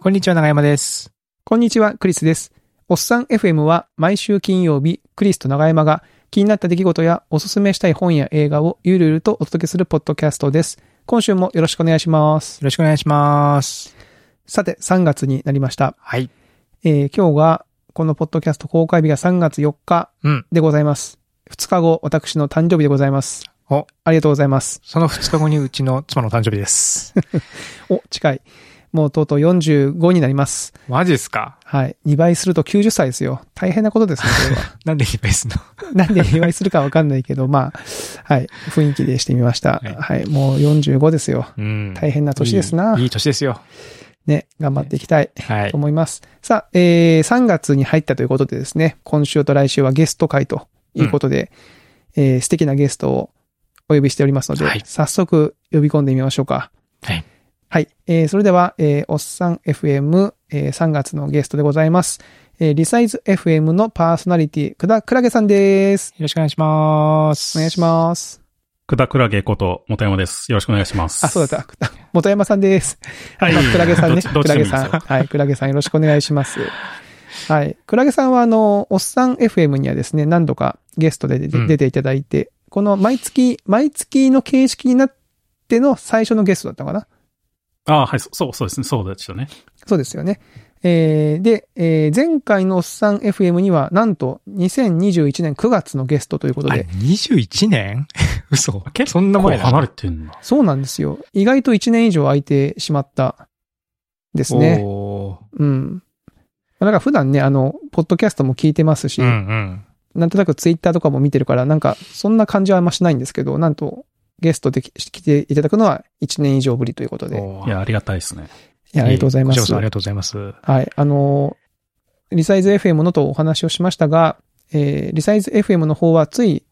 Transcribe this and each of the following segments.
こんにちは、長山です。こんにちは、クリスです。おっさん FM は毎週金曜日、クリスと長山が気になった出来事やおすすめしたい本や映画をゆるゆるとお届けするポッドキャストです。今週もよろしくお願いします。よろしくお願いします。さて、3月になりました。はい。えー今日が、このポッドキャスト公開日が3月4日うん。でございます。2日後、私の誕生日でございます。お、ありがとうございます。その2日後にうちの妻の誕生日です。お、近い。もうとうとう45になります。 マジっすかはい。2倍すると90歳ですよ。大変なことですね、これは。なんでリベースの なんで祝いするかわかんないけど、まあ、はい、雰囲気でしてみました。ははいい、もう45ですよ。うん大変な年ですない。いいい年ですよ。ね、頑張っていきたいはいと。思います。さあ、えー、3月に入ったということでですね、今週と来週はゲスト会ということで、えー素敵なゲストをお呼びしておりますので、はい早速呼び込んでみましょうか。はい。はい。えー、それでは、えー、おっさん FM、えー、3月のゲストでございます。えー、リサイズ FM のパーソナリティ、くだくらげさんです。よろしくお願いします。お願いします。くだくらげこと、もたやまです。よろしくお願いします。あ、そうだった。元山さんです。はまあクラゲさんね。どっクちどラゲっちでもいいですさん。よはい。クラゲさんよろしくお願いします。はい。クラゲさんは、あの、おっさん FM にはですね、何度かゲストで出てうん出ていただいて、この毎月、毎月の形式になっての最初のゲストだったのかなあはい、そそう、そうですね。そうでしたね。そうですよね。えーで、えー前回のおっさん FM には、なんと、2021年9月のゲストということあ、で、 21年 嘘。そんなこう前なの離れてんな。そうなんですよ。意外と1年以上空いてしまったですね。おーうん。まあだから普段ね、あの、ポッドキャストも聞いてますし、うんうん。なんとなくツイッターとかも見てるから、なんか、そんな感じはあんましないんですけど、なんと、ゲストでき来ていただくのは1年以上ぶりということで、おーいや、ありがたいですね。いや、ありがとうございまこちらこす。そありはがとうございます。い。あの、リサイズ FM のとお話をしましたが、えーリサイズ FM の方はつい、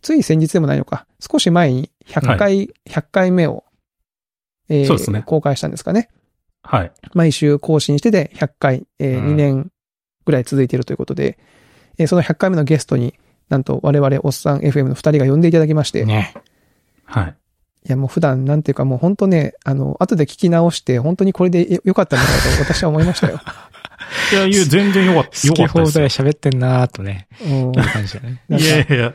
つい先日でもないのか、少し前に100回、は100回目を、えーそうですね公開したんですかね。はい。毎週更新してで100回、えーうん2年ぐらい続いているということで、えーその100回目のゲストに、なんと我々おっさん FM の2人が呼んでいただきまして、ね。はい。いやもう普段なんていうかもう本当ね、あの、後で聞き直して、本当にこれでよよかったのかと私は思いましたよ。いや、いや全然よかった。好よかきった放です題よ。喋ってんなーとね。うんこんな感じだ ね。なんいかやいいやいや。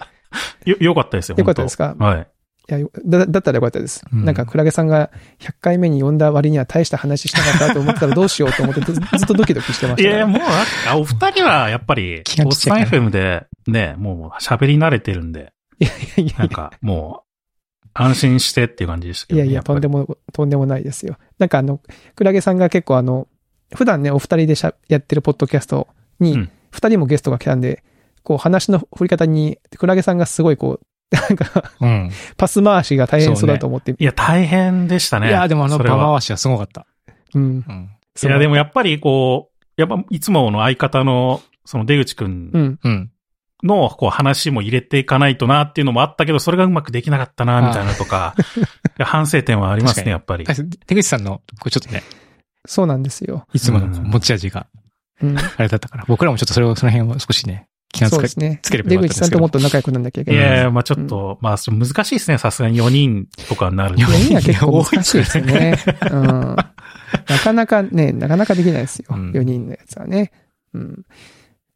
よ、よかったですよ。よかったです本当はい。やよだ、だったらよかったです。うんなんか、クラゲさんが100回目に呼んだ割には大した話しなかったと思ったらどうしようと思ってずずっとドキドキしてましいたやいから、や、もう、あお二人はやっぱり気、がおっちっちゃさいんから FM で、ね、もう喋り慣れてるんで、いやいやなんか、もう、安心してっていう感じでしたけいどやね、いや、とんでもも、とんでもないですよ。なんかあの、クラゲさんが結構あの、普段ね、お二人でしゃやってるポッドキャストうにん、二人もゲストが来たんで、こう話の振り方に、クラゲさんがすごいこう、なんか、うん。パス回しが大変そうだと思って、いや、大変でしたね。いや、でもあのそ場れは回しはすごかった。うん。うん。いや、でもやっぱりこう、やっぱいつもの相方の、その出口くうんん。うん。のこう話も入れていかないとなっていうのもあったけど、それがうまくできなかったな、みたいな とか、いや反省点はありますね、やっぱり。出口さんの、こうちょっとね、そうなんですよ。いつものこううん持ち味がうん。あれだったから、僕らもちょっとそれを、その辺を少しね、気がつそうかですね。つければ出よかった口ですけどさんともっと仲良くなんなきゃいけいない。やいや、まあちょっと、まあ難しいですね、さすがに4人とかになると。いや4人は結構難しいですよね。うん。なかなかね、なかなかできないですよ。うん4人のやつはね。うん。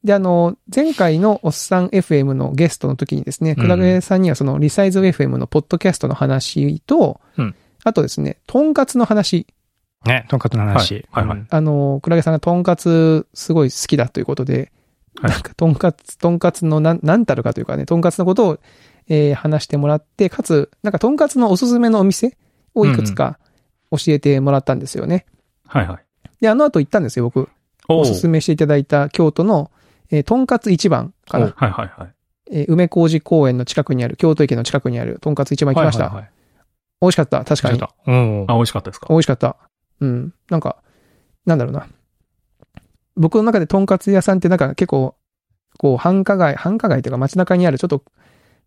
で、あの、前回のおっさん FM のゲストの時にですね、うんクラゲさんにはそのリサイズ FM のポッドキャストの話と、うんあとですね、とんかつの話。ね、とんかつの話。はいはいはいうんあの、クラゲさんがとんかつすごい好きだということで、はいなんかとんかつ、とんかつのなん、なんたるかというかね、とんかつのことを、えー話してもらって、かつ、なんかとんかつのおすすめのお店をいくつか教えてもらったんですよね。はいはい。で、あの後行ったんですよ、僕。おおうすすめしていただいた京都の、えーとんかつ一番かおらうはいはいはい。えー梅小路公園の近くにある、京都駅の近くにあるとんかつ一番行きました。はいはいはい美味しかった、確かにちょ。っとうん。あ、美味しかったですか美味しかった。うん。なんか、なんだろうな。僕の中でとんかつ屋さんってなんか結構、こう、繁華街、繁華街というか街中にあるちょっと、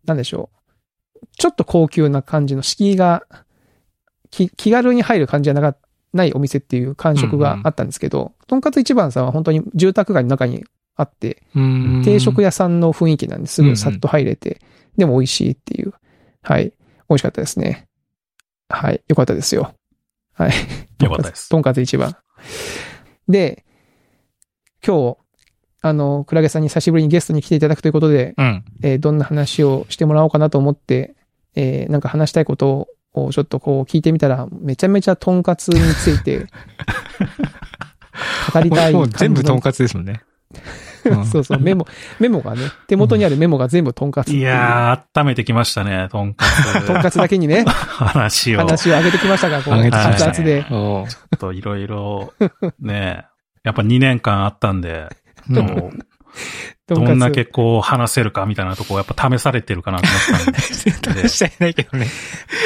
なんでしょう。ちょっと高級な感じの敷居が、き気軽に入る感じじゃなかないお店っていう感触があったんですけど、とんかつ一番さんは本当に住宅街の中にあって、うん定食屋さんの雰囲気なんですぐさっと入れて、でも美味しいっていう。はい。美味しかったですね。はい。よかったですよ。はい。よかったです。とんかつ一番。で、今日、あの、クラゲさんに久しぶりにゲストに来ていただくということで、うん。えーどんな話をしてもらおうかなと思って、えーなんか話したいことをちょっとこう聞いてみたら、めちゃめちゃとんかつについて語りたいもうも感うじの。全部とんかつですもんね。うん そうそう、メモ、メモがね、手元にあるメモが全部とんかつってう。いやー、温めてきましたね、とんかつ。 とんかつだけにね、話を。話ちを上げてきましたが、こう、上げてきましたね熱々で。おうょっといろいろ、ね、やっぱ2年間あったんで、うもんうとどかつんだけこう話せるかみたいなとこやっぱ試されてるかなと 思ったんで。試してないけどね。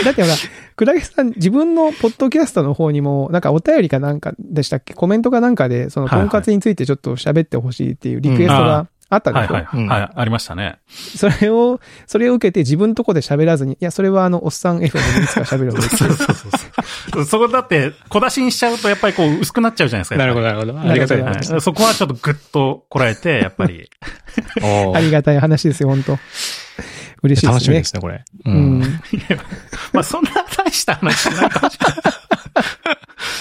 だってほら、クラゲさん、自分のポッドキャストの方にも、なんかお便りかなんかでしたっけコメントかなんかで、その、はといはいんかつについてちょっと喋ってほしいっていうリクエストうんがああったではいしょ、はい、うんはい、ありましたね。それを、それを受けて自分のとこで喋らずに、いや、それはあの、おっさん FM でいつか喋るので。そうそうそう そう。そこだって、小出しにしちゃうとやっぱりこう薄くなっちゃうじゃないですか。なるほど。ど、なるほど。ありがたいななる。はいそこはちょっとグッとこらえて、やっぱり。おうありがたい話ですよ、本当嬉しいですね。楽しみですね、これ。ううん。。まあそんな大した話じゃないかもし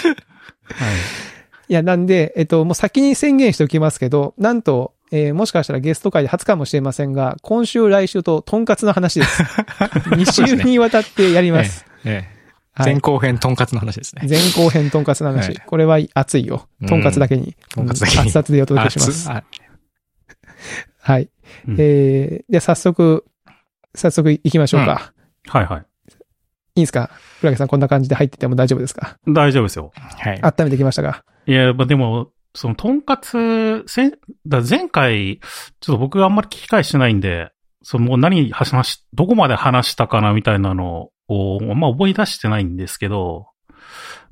れない。いや、なんで、えっと、もう先に宣言しておきますけど、なんと、えーもしかしたらゲスト会で初かもしれませんが、今週、来週と、とんかつの話でそす。うで2す週ねにわたってやりまえす。えええはい前後編とんかつの話です ね。前後編とんかつの話。はいこれは熱いよ。とんかつだけに。うんとんかつだけにうん熱々でお届けします。ああはい。うんえー、で、早速、早速行きましょうか。はいはい。いいですか倉木さん、こんな感じで入ってても大丈夫ですか大丈夫ですよ。はい。温めてきましたが。いや、まあ、でも、その、とんかつ、せん、だ前回、ちょっと僕があんまり聞き返してないんで、その、もう何話し、どこまで話したかなみたいなのを、あんま覚え出してないんですけど、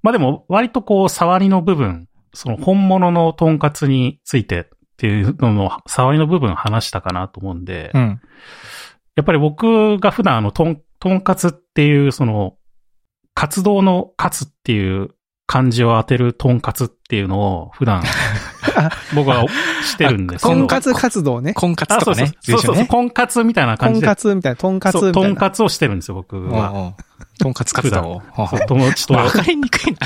まあでも、割とこう、触りの部分、その、本物のとんかつについてっていうのの、触りの部分話したかなと思うんで、うん。やっぱり僕が普段あの、とん、とんかつっていう、その、活動のかつっていう漢字を当てるとんかつっていうのを 普段、僕はしてるんですけとど。んかつ活動ね。婚活あ、そとうかそうね。そう。そうそう、ね。とんかつみたいなと感じんで。かつみたいな、とんかつそうみたといんな。かつをしてるんですよ、僕おうは。おうとんかつ活動。そう友達と、わかりにくいな。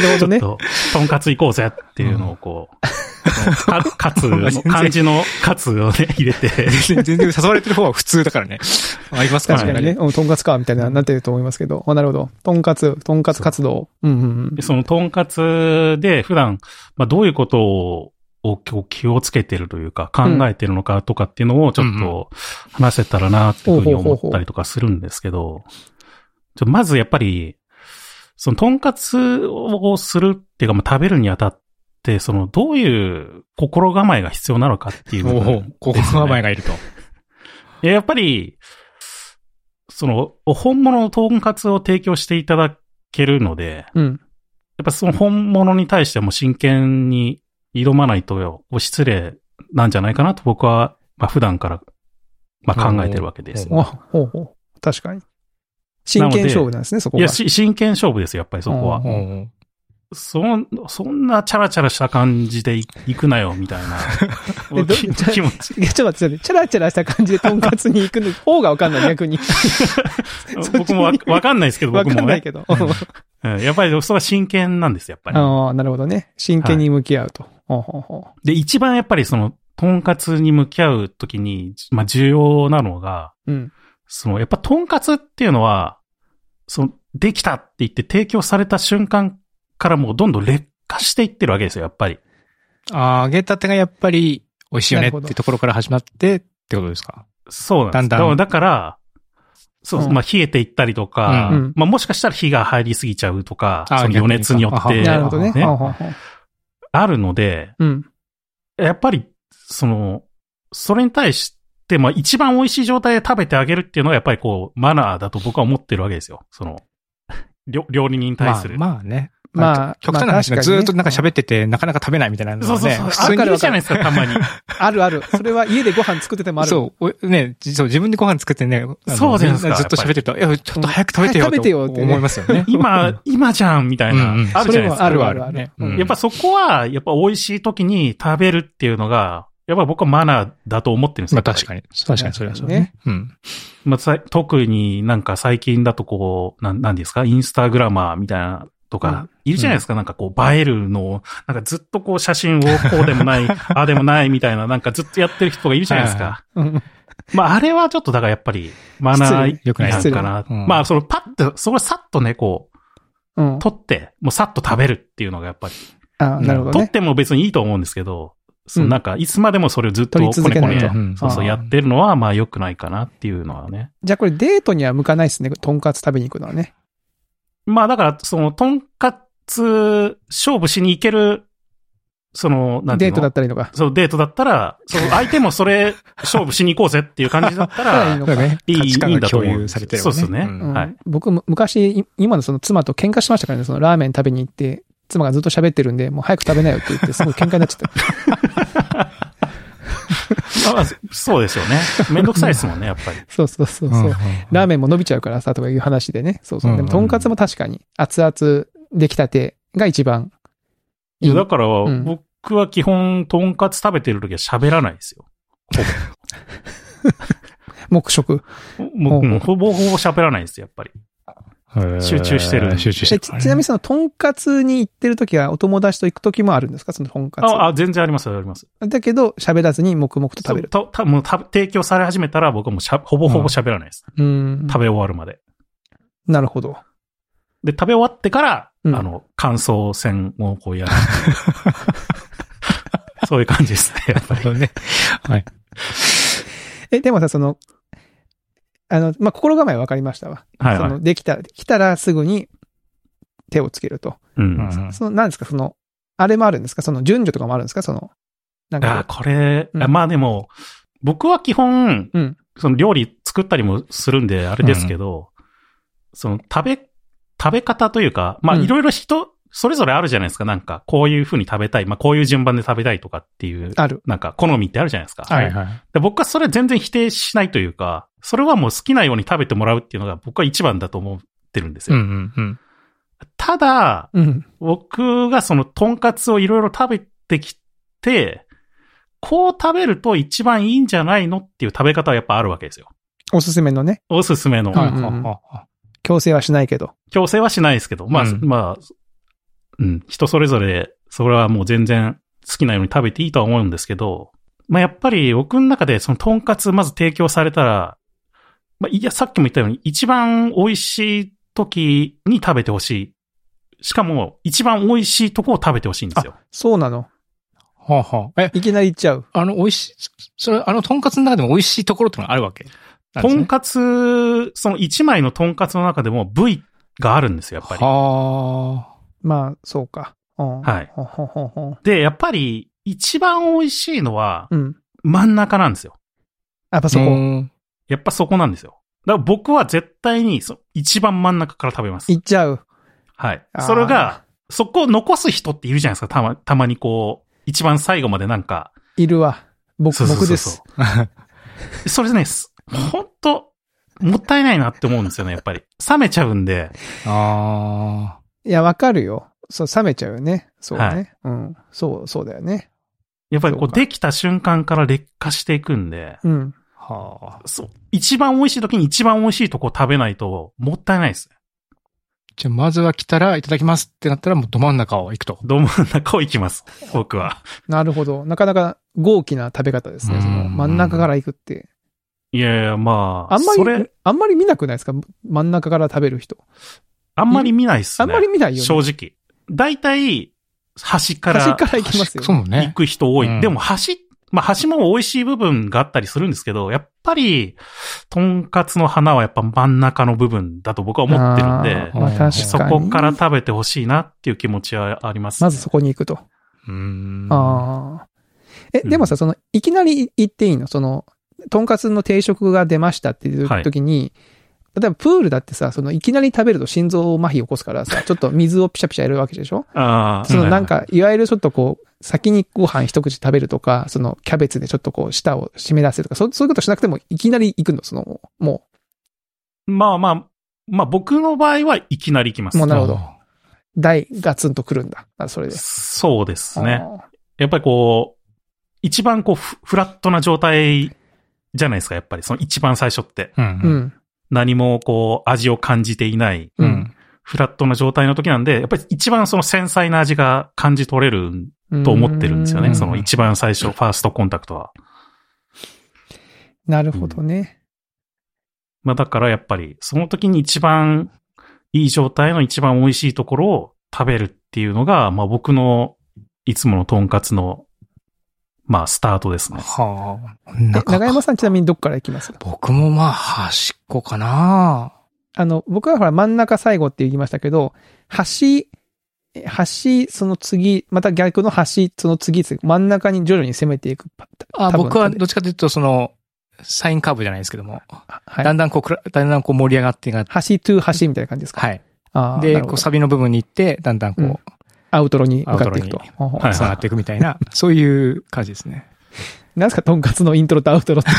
なるほどね。と、とんかつ行こうぜっていうのをこう、かかつ の、漢字のかつをね、入れて、全然誘われてる方は普通だからね。 ありますから確かにね。。うん、とんかつか、みたいな、なってると思いますけど。あなるほど。とんかつ、とんかつ活動。うんうんうんで。そのとんかつで普段、まあ、どういうことををこう気をつけてるというか考えてるのかとかっていうのをちょっと話せたらなっていうふうに思ったりとかするんですけど、ちょまずやっぱり、そのとんかつをするっていうか、まあ、食べるにあたって、そのどういう心構えが必要なのかっていう部分おうここですよのね名前がいると。いややっぱり、その本物のとんかつを提供していただけるので、うん。やっぱその本物に対しても真剣に挑まないとよ、失礼なんじゃないかなと僕は、まあ普段から、まあ考えてるわけですうんあ、よ。ほうほう。確かに。真剣勝負なんですね、そこいがや、。し真剣勝負ですよ、やっぱりそこはう。んそん、そんなチャラチャラした感じでい行くなよ、みたいな えどき気持 ち。いや、ちょっと待って、ちょっと待ってチャラチャラした感じでとんかつに行くの方がわかんない、逆に。ち僕もわわかんないですけど、わ僕かもんないね。けど。うんやっぱりそれは真剣なんですよ、やっぱり。 ああ、なるほどね。真剣に向き合うと。ほうほうほで、一番やっぱりその、とんかつに向き合うときに、まあ重要なのが、う。うん。その、やっぱとんかつっていうのは、その、できたって言って提供された瞬間からもうどんどん劣化していってるわけですよ、やっぱり。ああ、揚げたてがやっぱり美味しいよねってところから始まってってことですか。そうなんです。だんだんだから、そう、うんまあ冷えていったりとか、うんうんまあもしかしたら火が入りすぎちゃうとか、あその余熱によっ逆にてかなあるほどね。ねほうほうほうあるので、うん。やっぱり、その、それに対して、まあ一番美味しい状態で食べてあげるっていうのがやっぱりこう、マナーだと僕は思ってるわけですよ。その、料料理人に対ますある。まあね。まあ極端な話まがあ確かにずねーっとなんか喋っててなかなか食べないみたいなのそうはそうね、そう。普あ通るにあるじゃないですか、たまに。あるある。それは家でご飯作っててもある。そう、おね、じそう、自分でご飯作ってね、あのそうですか。みんなずっと喋ってると、いや、ちょっと早く食べてよ、早く食べてよってね思いますよね今、今じゃんみたいな、うんうんあるじゃないですか。それはあるあるね。うんうんやっぱそこは、やっぱ美味しい時に食べるっていうのが、やっぱ僕はマナーだと思ってるんですまよあ。確かに。確かにそれはそうね。うん。まあさ特になんか最近だとこう、なん、なんですかインスタグラマーみたいなとか、いるじゃないですか、なんかこう映えるのを、なんかずっとこう写真をこうで もない、ああでもないみたいな、なんかずっとやってる人がいるじゃないですはいか。うんまああれはちょっとだからやっぱりマナー良くない違反かな。失礼うんまあそのパッと、そこさっとね、こう、うん。取って、もうさっと食べるっていうのがやっぱり、ああ、なるほど取っね。ても別にいいと思うんですけど、そのなんかいつまでもそれをずっと取り続けないとこねこねうんそうそうあーやってるのはまあ良くないかなっていうのはね。じゃあこれデートには向かないですね。とんかつ食べに行くのはね。まあだから、その、とんかつ勝負しに行ける、その、なんてデいーうのトだったりとか。そう、デートだったら、そう、相手もそれ、勝負しに行こうぜっていう感じだった はいいら、のそうだね。いい価値観いいんがだと共思う有されてるよね。そうですねうんはい僕む、昔、い今のその妻と喧嘩しましたからね、そのラーメン食べに行って、妻がずっと喋ってるんで、もう早く食べなよって言って、すごい喧嘩になっちゃ った。まあそうですよね。めんどくさいですもんね、やっぱり。そうそうそううんそうう、んラーメンも伸びちゃうからさ、とかいう話でね。そうそう。うんでも、とんかつも確かに、熱々、出来たてが一番いいや、い。だから、ん僕は基本、とんかつ食べてる時は喋らないですよ。黙食。もほう、うもうほぼほぼ喋らないです、やっぱり。へー集中してる集中してえる。ちちなみにその、とんかつに行ってる時は、お友達と行く時もあるんですかそのとんかあ、あ全然あります、あります。つ。だけど、喋らずに黙々と食べる。そうたたもうた提供され始めたら、僕はもうしゃほぼほぼ喋らないです。うん。食べ終わるまで。なるほど。で、食べ終わってから、うんあの、感想戦をこう やる。そういう感じですね、やっぱなるほり。どね。はい。え、でもさ、その、あの、まあ、心構え分かりましたわ。はいはいその、できた、来たらすぐに手をつけると。う。うんんその、なんですか、その、あれもあるんですかその、順序とかもあるんですかその、なんか、あこれ、うんあまあでも、僕は基本、うんその料理作ったりもするんで、あれですけど、その食べ、食べ方というか、まあうんいろいろ人、それぞれあるじゃないですか、なんか、こういう風に食べたい、まあこういう順番で食べたいとかっていう、ある。なんか好みってあるじゃないですか。はいはい。で僕はそれ全然否定しないというか、それはもう好きなように食べてもらうっていうのが僕は一番だと思ってるんですうんよ。うんうん。ただ、うん。僕がそのトンカツをいろいろ食べてきて、こう食べると一番いいんじゃないのっていう食べ方はやっぱあるわけですよ。おすすめのね、おすすめの。うんはいはいは強制はしないけど。強制はしないですけど、まあ、うんまあ、うん、人それぞれ、それはもう全然好きなように食べていいとは思うんですけど、まあやっぱり僕の中でそのトンカツまず提供されたら、まあいや、さっきも言ったように一番美味しい時に食べてほしい。しかも一番美味しいとこを食べてほしいんですよ。そうなの。い。はあはあえ、いきなり行っちゃう。あの、美味しい、それ、あの、とんかつの中でも美味しいところってのがあるわけなんでとすんね。かつ、その一枚のとんかつの中でも部位があるんですよ、やっぱり。はまあ、そうか。うん、はいほんほんほんほんで、やっぱり一番美味しいのはうん。真ん中なんですよ。やっぱあ。そこ、こ。やっぱそこなんですよ。だから僕は絶対にそ一番真ん中から食べます行。っちゃう。はいあ。ーそれが、そこを残す人っているじゃないですか。たま、たまにこう、一番最後までなんか。いるわ。僕、そうそう僕そでうそす。う。それね、すほんと、もったいないなって思うんですよね、やっぱり。冷めちゃうんで。あいや、わかるよ。そう、冷めちゃうよね。そうね。はいうん。そう、そうだよね。やっぱりこそうう、かできた瞬間から劣化していくんで。うん。あ。はあ。そう。一番美味しい時に一番美味しいとこを食べないと、もったいないです。じゃあ、まずは来たら、いただきますってなったら、もうど真ん中を行くと。ど真ん中を行きます。僕は。なるほど。なかなか豪気な食べ方ですね。そうのん真ん中から行くって。いやいや、まあ。あんまそれり、、あんまり見なくないですか真ん中から食べる人。あんまり見ないっすね。あんまり見ないよ正ね。直。大体、端から端から行きますよそうも行ね。く人多い。うんでも端、まあ端も美味しい部分があったりするんですけど、やっぱり、とんかつの花はやっぱ真ん中の部分だと僕は思ってるんあーで、まあ確かに。そこから食べてほしいなっていう気持ちはあります、まずそこに行くと。うーん。ああ。え、うんでもさ、その、いきなり行っていいのその、とんかつの定食が出ましたっていう時に、例えばプールだってさ、その、いきなり食べると心臓麻痺起こすからさ、ちょっと水をピシャピシャやるわけでしょあーそのなん、か、いわゆるちょっとこう、先にご飯一口食べるとか、そのキャベツでちょっとこう、舌を湿らせるとか、そうそういうことしなくても、いきなり行くの、その、もまあまあ、まあ僕の場合はいきなり行きます。もうなるほどあう、大ガツンと来るんだ。あそれで。そうですね。あやっぱりこう、一番こうフ、フラットな状態じゃないですか、やっぱり。その一番最初って。ー。う。ー。うんん。何もこう、味を感じていない。ううんん。フラットな状態の時なんで、やっぱり一番その繊細な味が感じ取れるうんと思ってるんですようね。その一番最初、ファーストコンタクトは。なるほどね。まあだからやっぱり、その時に一番いい状態の一番美味しいところを食べるっていうのが、まあ僕のいつものとんかつの、まあスタートですね。はあ。え中長山さんちなみにどっから行きます僕もまあ、端っこかなあの、僕はほら真ん中最後って言いましたけど、端、え端、その次、また逆の端、その次、真ん中に徐々に攻めていくパターン。あ多分僕はどっちかというと、その、サインカーブじゃないですけども、はいだんだんこうくら、だんだんこう盛り上がっていが、端 to 端みたいな感じですかはい。あーなで、るほこどう、サビの部分に行って、だんだんこうんう、アウトロに向かっていくと。ほうほうはい繋がっていくみたいな、 そういう感じですね。なんですか、とんかつのイントロとアウトロって。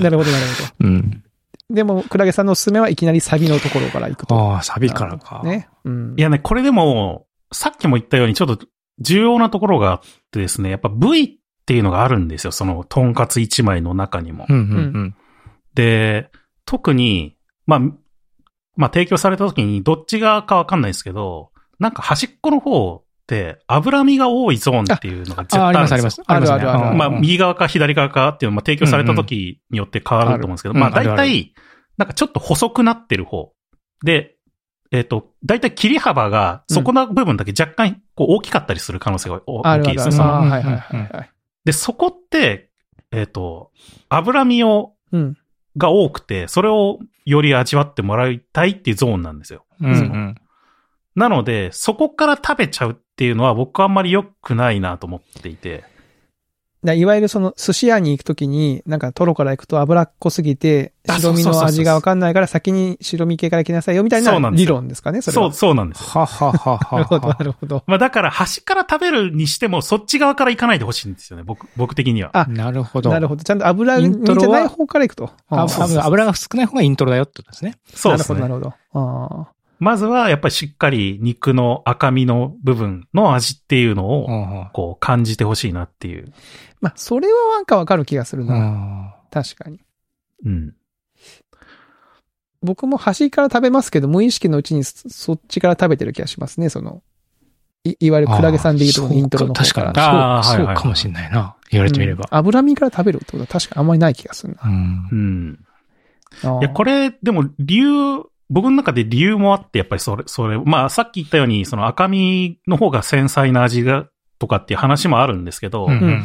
なるほど、なるほうん。ど。でも、クラゲさんのおすすめはいきなりサビのところから行くと。ああ、サビからか。ね。うん。いやね、これでも、さっきも言ったようにちょっと重要なところがあってですね、やっぱ部位っていうのがあるんですよ。そのとんかつ一枚の中にもう。んうんで、特に、まあ、まあ提供された時にどっち側かわかんないですけど、なんか端っこの方って脂身が多いゾーンっていうのが絶うん。対あ、ああるりんでますすよあります。あるりますねあるあるうんまあ、右側か左側かっていうのはまあ提供された時によって変わると思うんですけど、うんうんまあうんあるあ大る体、なんかちょっと細くなってる方。で、えっ、と、大体切り幅が、そこの部分だけ若干こう大きかったりする可能性がおあ大るきあいでるすある。ね。そあのあはいはいはいはい。で、そこって、えっ、と、脂身を、うん。が多くて、それをより味わってもらいたいっていうゾーンなんですよ。うんうん。なので、そこから食べちゃうっていうのは僕はあんまり良くないなと思っていて。だいわゆるその寿司屋に行くときに、なんかトロから行くと脂っこすぎて、あ白身そうそうそうのそう味がわかんないから先に白身系から行きなさいよみたいそうななんです理よ論ですかね、それそは。う、そうなんです。はははは なるほど、なは。るほど。まあだから端から食べるにしても、そっち側から行かないでほしいんですよね。僕、僕的には。あ なるほど。なるほほど。ちゃんと油イ身ントロはじゃない方から行くと。あああそうそうそう油が少ない方がイントロだよってことですね。そうですなね。るほど、なるほど。ああ。まずは、やっぱりしっかり肉の赤身の部分の味っていうのうを、んうんこう感じてほしいなっていう。まあ、それはなんかわかる気がするうな。ん。確かに。うん。僕も端から食べますけど、無意識のうちにそそっちから食べてる気がしますね、その。いいわゆるクラゲさんで言うとこのイントロの方そうから。確かあーに。そうはいはそいうかもしんないな。言われてみればう。ん脂身から食べるってことは確かにあんまりない気がするな。うんうん。ああいや、これ、でも理由、僕の中で理由もあって、やっぱりそれ、それ、まあさっき言ったように、その赤身の方が繊細な味が、とかっていう話もあるんですけど、うんうん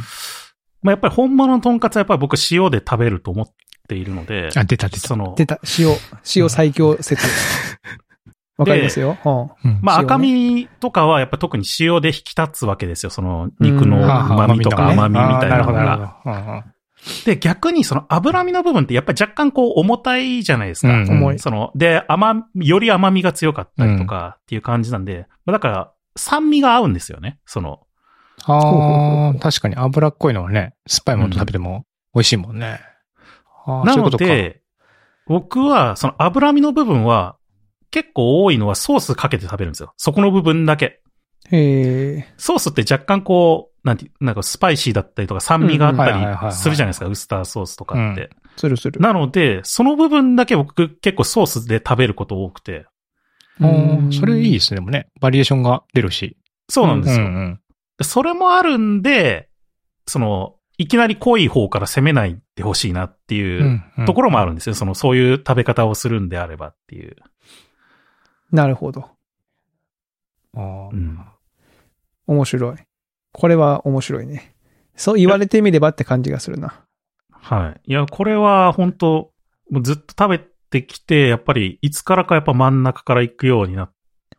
まあやっぱり本物のとんかつはやっぱり僕塩で食べると思っているので、あ、出た出たそ。の、出た、塩、塩最強説。わかりますよ。うんうんまあ、塩ね赤身とかはやっぱ特に塩で引き立つわけですよ。その肉うのんはあはあ旨味とか甘みみたいなあーなるのほど、なが。るほどうんうん。で、逆にその脂身の部分ってやっぱり若干こう重たいじゃないですか。うんうん重いその、で、甘み、より甘みが強かったりとかっていう感じなんで、まあだから酸味が合うんですよね。その、ああ、確かに脂っこいのはね、酸っぱいものと食べても美味しいもんね。あーなそういうのことかで、僕はその脂身の部分は結構多いのはソースかけて食べるんですよ。そこの部分だけ。へえ。ソースって若干こう、なんて、なんかスパイシーだったりとか酸味があうんはいはいっはいたはいりするじゃないですか、ウスターソースとかって。するする。なので、その部分だけ僕結構ソースで食べること多くて。あーうんそれいいですね、でもね。バリエーションが出るし。そうなんですよ。んんそれもあるんで、その、いきなり濃い方から攻めないでほしいなっていうところもあるんですよ。その、そういう食べ方をするんであればっていう。なるほど。ろうん面白い。これは面白いね。そう言われてみればって感じがするな。はい。いや、これは本当もうずっと食べてきて、やっぱりいつからかやっぱ真ん中から行くようになっ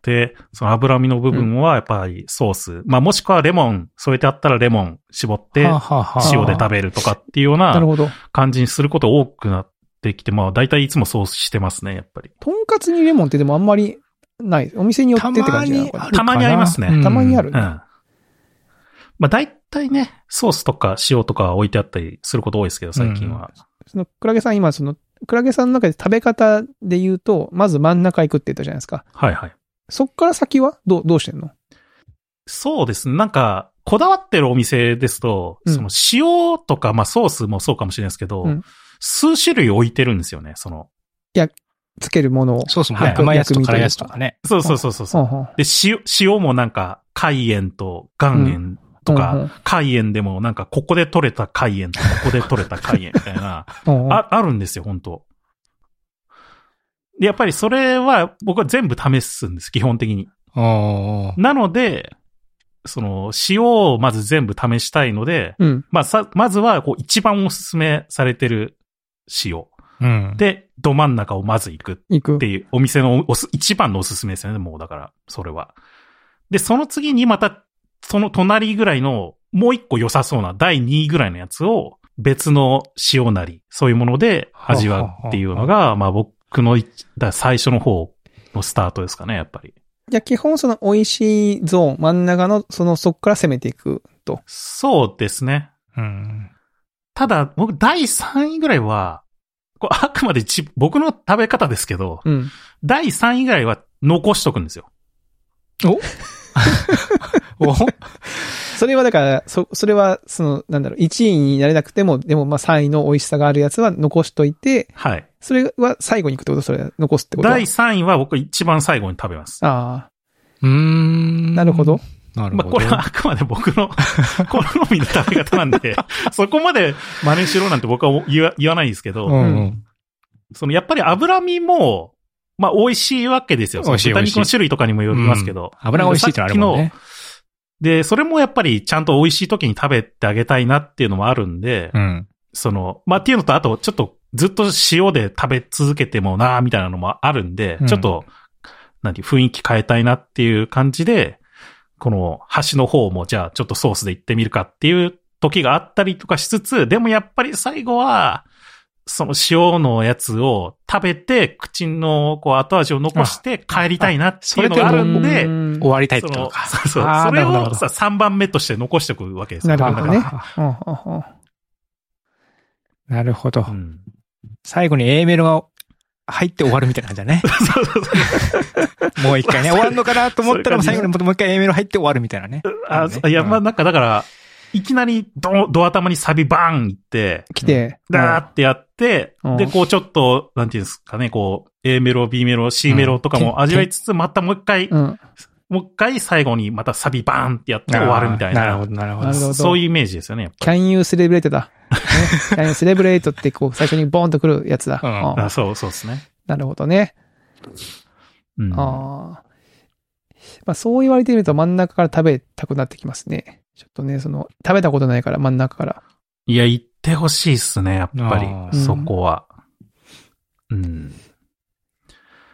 て、その脂身の部分はやっぱりソース。まあもしくはレモン、添えてあったらレモン絞って、塩で食べるとかっていうようなるなほど。感じにすること多くなってきて、まあ大体いつもソースしてますね、やっぱり。とんかつにレモンってでもあんまりない。お店によってって感じなのかな。たまにありますねたまにあるうん。まあ大体ね、ソースとか塩とかは置いてあったりすること多いですけど、最近は。そのクラゲさん今その、クラゲさんの中で食べ方で言うと、まず真ん中行くって言ったじゃないですか。はいはい。そっから先はどう、どうしてんのそうですね。なんか、こだわってるお店ですと、うんその塩とか、まあソースもそうかもしれないですけど、うん数種類置いてるんですよね、その。つけるものを。そうですもんね。はい甘いやつと辛いやつとかね。そうそうそうそうそう。ほんほんで、塩、塩もなんか、海塩と岩塩とうんうかん、海塩でもなんか、ここで取れた海塩とここで取れた海塩みたいな、うんうんあ、あるんですよ、本当で、やっぱりそれは僕は全部試すんです、基本的に。おーなので、その、塩をまず全部試したいので、うん。まあ、さ、まずは、こう、一番おすすめされてる塩。うん。で、ど真ん中をまず行く行くって。いう、お店のおす一番のおすすめですよね、もうだから、それは。で、その次にまた、その隣ぐらいの、もう一個良さそうな第2位ぐらいのやつを、別の塩なり、そういうもので味わうっていうのが、まあ僕の一だ最初の方のスタートですかね、やっぱり。じゃあ基本その美味しいゾーン、真ん中の、その、そこから攻めていくと。そうですね。うん。ただ、僕、第3位ぐらいは、これあくまで一僕の食べ方ですけど、うん。第3位ぐらいは残しとくんですよ。おそれはだから、そ、それは、その、なんだろう、1位になれなくても、でもまあ3位の美味しさがあるやつは残しといて、はい。それは最後に行くってことそれは残すってこと第3位は僕一番最後に食べます。あうーあ、ん。なるほど。。なるまあ、ほど。これはあくまで僕 の好みの食べ方なんで、そこまで真似しろなんて僕は言わ言わないですけど、うんう。うんそのやっぱり脂身も、まあ美味しいわけですよ。そ美の味しい豚肉の種類とかにもよりますけど。油が美味しいってのあるもんね。で、それもやっぱりちゃんと美味しい時に食べてあげたいなっていうのもあるんで、うん。その、まあ、っていうのと、あと、ちょっと、ずっと塩で食べ続けてもな、みたいなのもあるんで、うんちょっと、何、雰囲気変えたいなっていう感じで、この、端の方も、じゃあ、ちょっとソースで行ってみるかっていう時があったりとかしつつ、でもやっぱり最後は、その塩のやつを食べて、口のこう後味を残して帰りたいなっていうのがあるんで、うん終わりたいってそこのとか。そうそうあーそなれるほどなるほをさ、ど3番目として残しておくわけですよ。なるほどねだかうんうんうん なるほどらう。ん最後に A メロが入って終わるみたいな感じだね。そうそうそうもう一回ね。終わるのかなと思ったら、そう最いう後感にもう一回 A メロ入って終わるみたいなね。 あ、ねそういや、うんまあ、なんかだから、いきなりド、ド頭にサビバーン行って、来て、ダーってやってうん、で、こうちょっと、なんていうんですかね、こう、A メロ、B メロ、C メロとかうもん味わいつつ、またもう一回、うん。もう一回最後にまたサビバーンってやって終わるみたいなるなほ。ど、なるほなるどほ。どそういうイメージですよね、やっぱ can you celebrate だ。ね can you celebrate ってこう、最初にボーンと来るやつだ。うんうんり。あそう、そうですね。なるほどね。うん。ああ。まあそう言われてみると真ん中から食べたくなってきますね。ちょっとね、その、食べたことないから真ん中から。いや、行ってほしいっすね、やっあぱーり、そこは。うん。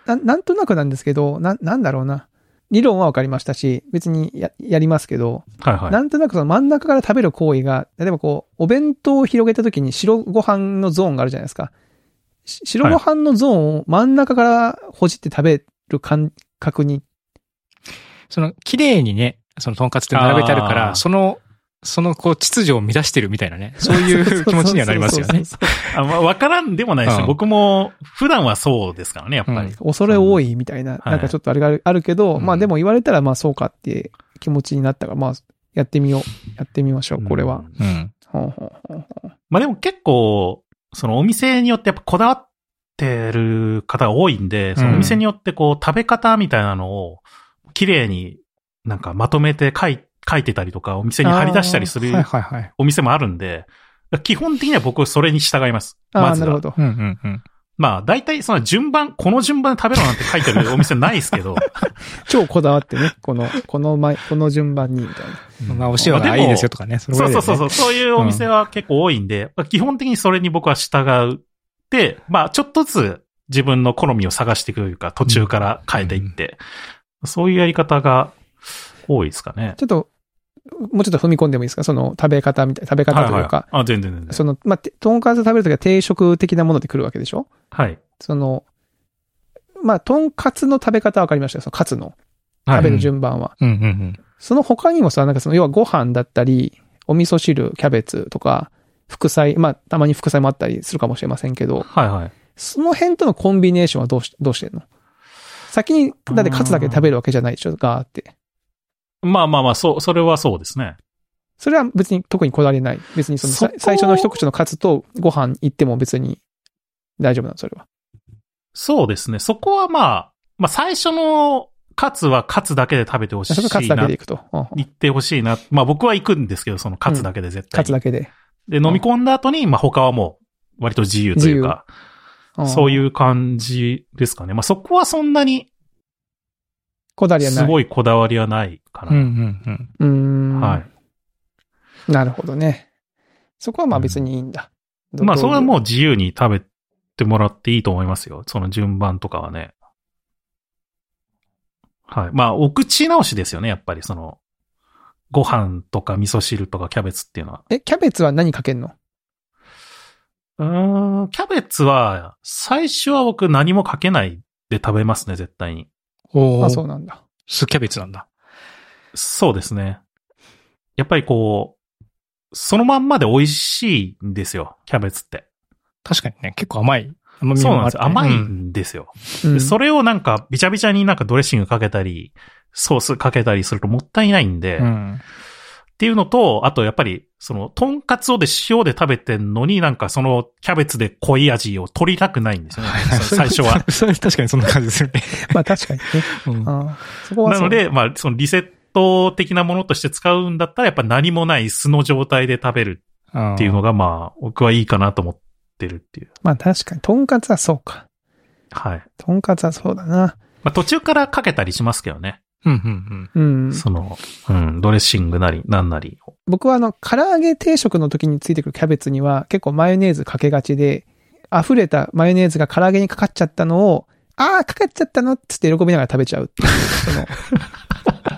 ななんとなくなんですけど、な、なんだろうな。理論はわかりましたし、別にや、やりますけど、はいはい。なんとなくその真ん中から食べる行為が、例えばこう、お弁当を広げた時に白ご飯のゾーンがあるじゃないですか。し白ご飯のゾーンを真ん中からほじって食べる感覚に、その、綺麗にね、その、とんかつって並べてあるかあーら、その、その、こう、秩序を乱してるみたいなね。そう いう気持ちにはなりますよね。あまあ、わからんでもないですね。うん僕も、普段はそうですからね、やっぱうりん。恐れ多いみたいな、はいなんかちょっとあれがあるあるけど、うんまあでも言われたらまあそうかって気持ちになったから、まあやってみよう。やってみましょう、これうは。んうん。ほんほんほんほんまあでも結構、そのお店によってやっぱこだわってる方が多いんで、そのお店によってこう食べ方みたいなのを綺麗になんかまとめて書い書いてたりとか、お店に貼り出したりするはいはいはい。お店もあるんで、基本的には僕それに従います。あまあ、ずなるほは。ど。うんうんうん。まあ大体その順番、この順番で食べろなんて書いてるお店ないですけど。超こだわってね、 この、この前、この順番に、みたいな。まあ、お塩がいいですよとかね。それぐそらいうだよそうねそうそう、そういうお店は結構多いんで、まあ基本的にそれに僕は従う。で、まあ、ちょっとずつ自分の好みを探していくというか、途中から変えていって、そういうやり方が多いですかね。ちょっと、もうちょっと踏み込んでもいいですかその食べ方みたい、食べ方というか、はいはい、あ、全然全然。その、まあ、てとんかつ食べるときは定食的なもので来るわけでしょはい。その、まあ、とんかつの食べ方はわかりましたよ。そのカツのは食べるい。順番は。うんうんうん。その他にもさ、なんかその、要はご飯だったり、お味噌汁、キャベツとか、副菜、まあ、たまに副菜もあったりするかもしれませんけど、はいはい。その辺とのコンビネーションはどうし、どうしてんの先に、だってカツだけ食べるわけじゃないでしょ、ガーって。まあまあまあ、そう、それはそうですね。それは別に特にこだわりない。別にそのそさこ最初の一口のカツとご飯行っても別に大丈夫なの、それは。そうですね。そこはまあ、まあ最初のカツはカツだけで食べてほしあそこカツいだけなで。いくと。うん行ってほしいな。まあ僕は行くんですけど、そのカツだけで絶対カツに。だけで。で、飲み込んだ後に、まあ他はもう割と自由というか、んそういう感じですかね。まあそこはそんなにこだわりはない。すごいこだわりはないかうんうな。んうん。うーん。はい。なるほどね。そこはまあ別にいいんだ。どまあそれはもうど自由に食べてもらっていいと思いますよ。その順番とかはね。はい。まあお口直しですよね、やっぱりその、ご飯とか味噌汁とかキャベツっていうのは。うえ、キャベツは何かけんのうーん、キャベツは、最初は僕何もかけないで食べますね、絶対に。おあ、そうー、なんだ。酢キャベツなんだ。そうですね。やっぱりこう、そのまんまで美味しいんですよ、キャベツって。確かにね、結構甘い。甘みそうなんもあでっすてよ。甘いうんんですよ、うでん、それをなんか、びちゃびちゃになんかドレッシングかけたり、ソースかけたりするともったいないんで、うっん。ていうのと、あとやっぱり、その、とんかつをで塩で食べてんのになんかその、キャベツで濃い味を取りたくないんです よね、その最初は。。それ確かにそんな感じするね。まあ確かにね。 うんあーそこはなそうの、で、まあ、そのリセット的なものとして使うんだったら、やっぱ何もない素の状態で食べるっていうのが、まあ、僕はいいかなと思ってるっていう。まあ確かに、とんかつはそうか。はい。とんかつはそうだな。まあ、途中からかけたりしますけどね。うんうんうん。その、うん、ドレッシングなり、なんなりを。僕はあの、唐揚げ定食の時についてくるキャベツには結構マヨネーズかけがちで、溢れたマヨネーズが唐揚げにかかっちゃったのを、あー、かかっちゃったのっつって喜びながら食べちゃうっていう。その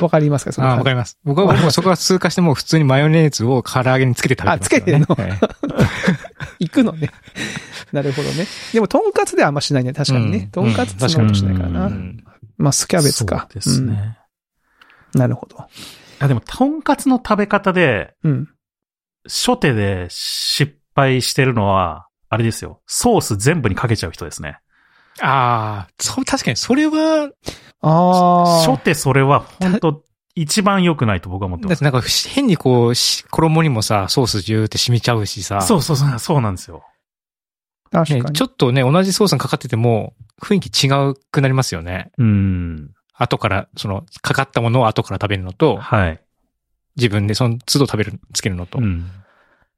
わかりますかうそん。のああ、わかります。僕は、僕はそこは通過してもう普通にマヨネーズを唐揚げにつけて食べてますからね、あつけてはい行くのね。 なるほどね。でも、とんかつではあんましないね。確かにね。うんとんかつってそんなことしないからな。ううんんまあ、スキャベツか。そうですうんね。なるほど。あでも、とんかつの食べ方で、うん。初手で失敗してるのは、あれですよ。ソース全部にかけちゃう人ですね。ああ、そう、確かにそれは、ああ初。手それは、本当一番良くないと僕は思ってだまっす。てなんかし変にこう、し衣にもさ、ソースジューって染みちゃうしさ。そうそうそう、そうなんですよ。確かねに。、ちょっとね、同じソースがかかってても、雰囲気違うくなりますよね。うん。後から、その、かかったものを後から食べるのと、はい。自分でその都度食べる、つけるのと。うん。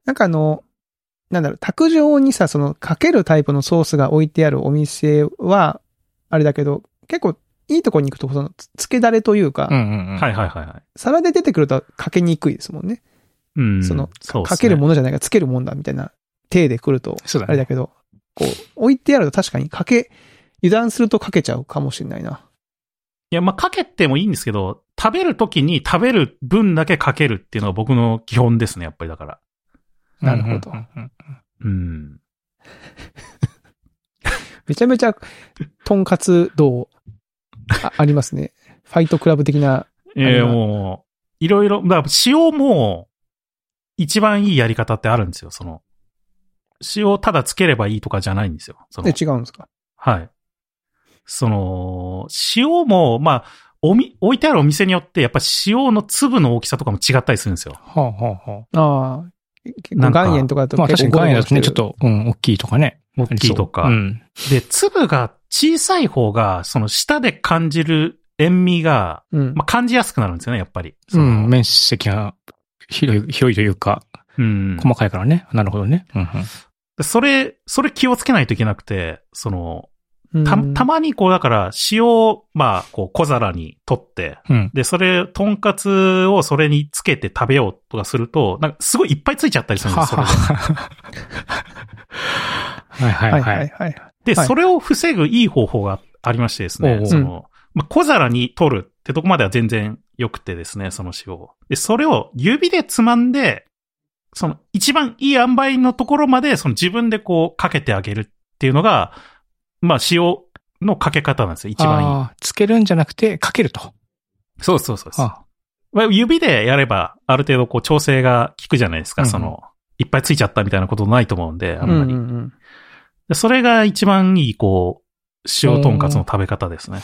なんかあの、なんだろう、卓上にさ、その、かけるタイプのソースが置いてあるお店は、あれだけど、結構、いいとこに行くと、その、つつけだれというか、うんうんうん。はいはいはいはい。皿で出てくるとかけにくいですもんね。うん。そのそうっすかねけるものじゃないか、つけるもんだ、みたいな、手で来ると、そうだあれだね。けど、こう、置いてあると確かにかけ、油断するとかけちゃうかもしれないな。いや、まあ、かけてもいいんですけど、食べるときに食べる分だけかけるっていうのは僕の基本ですね、やっぱりだから。なるほどうんうんうんうん。めちゃめちゃ、とんかつ道、あありますね。ファイトクラブ的な、ええあれはもう、いろいろ、だから塩も、一番いいやり方ってあるんですよ、その。塩をただつければいいとかじゃないんですよ。そので違うんですかはい。その、塩も、まあ、おみ、置いてあるお店によって、やっぱ塩の粒の大きさとかも違ったりするんですよ。はあはあはああ、結構なんか岩塩とかだあ。とまあ確結か構に岩塩ゴロゴロだしてとるね、ちょっと、うん、大きいとかね。大きいとか。うん。で、粒が小さい方が、その舌で感じる塩味が、うん。まあ、感じやすくなるんですよね、やっぱり。うそのん、面積が広い、広いというか、うん。細かいからね。なるほどね。うんうんでそれ、それ気をつけないといけなくて、その、た、うんたまにこう、だから、塩を、まあ、こう、小皿に取って、うん。で、それ、とんかつをそれにつけて食べようとかすると、なんか、すごいいっぱいついちゃったりするんではすよ、それが はいははいいははいい。はい。で、はいそれを防ぐいい方法がありましてですおうおね、うその、まあ、小皿に取るってとこまでは全然良くてですね、その塩を。で、それを指でつまんで、その、一番いい塩梅のところまで、その自分でこう、かけてあげるっていうのが、まあ、塩のかけ方なんですよ、一番いい。あーつけるんじゃなくて、かけると。そうそうそうそうあまあ指でやれば、ある程度こう、調整が効くじゃないですか、うんその、いっぱいついちゃったみたいなことないと思うんで、あんまり。うんうんうんでそれが一番いい、こう、塩とんかつの食べ方ですね。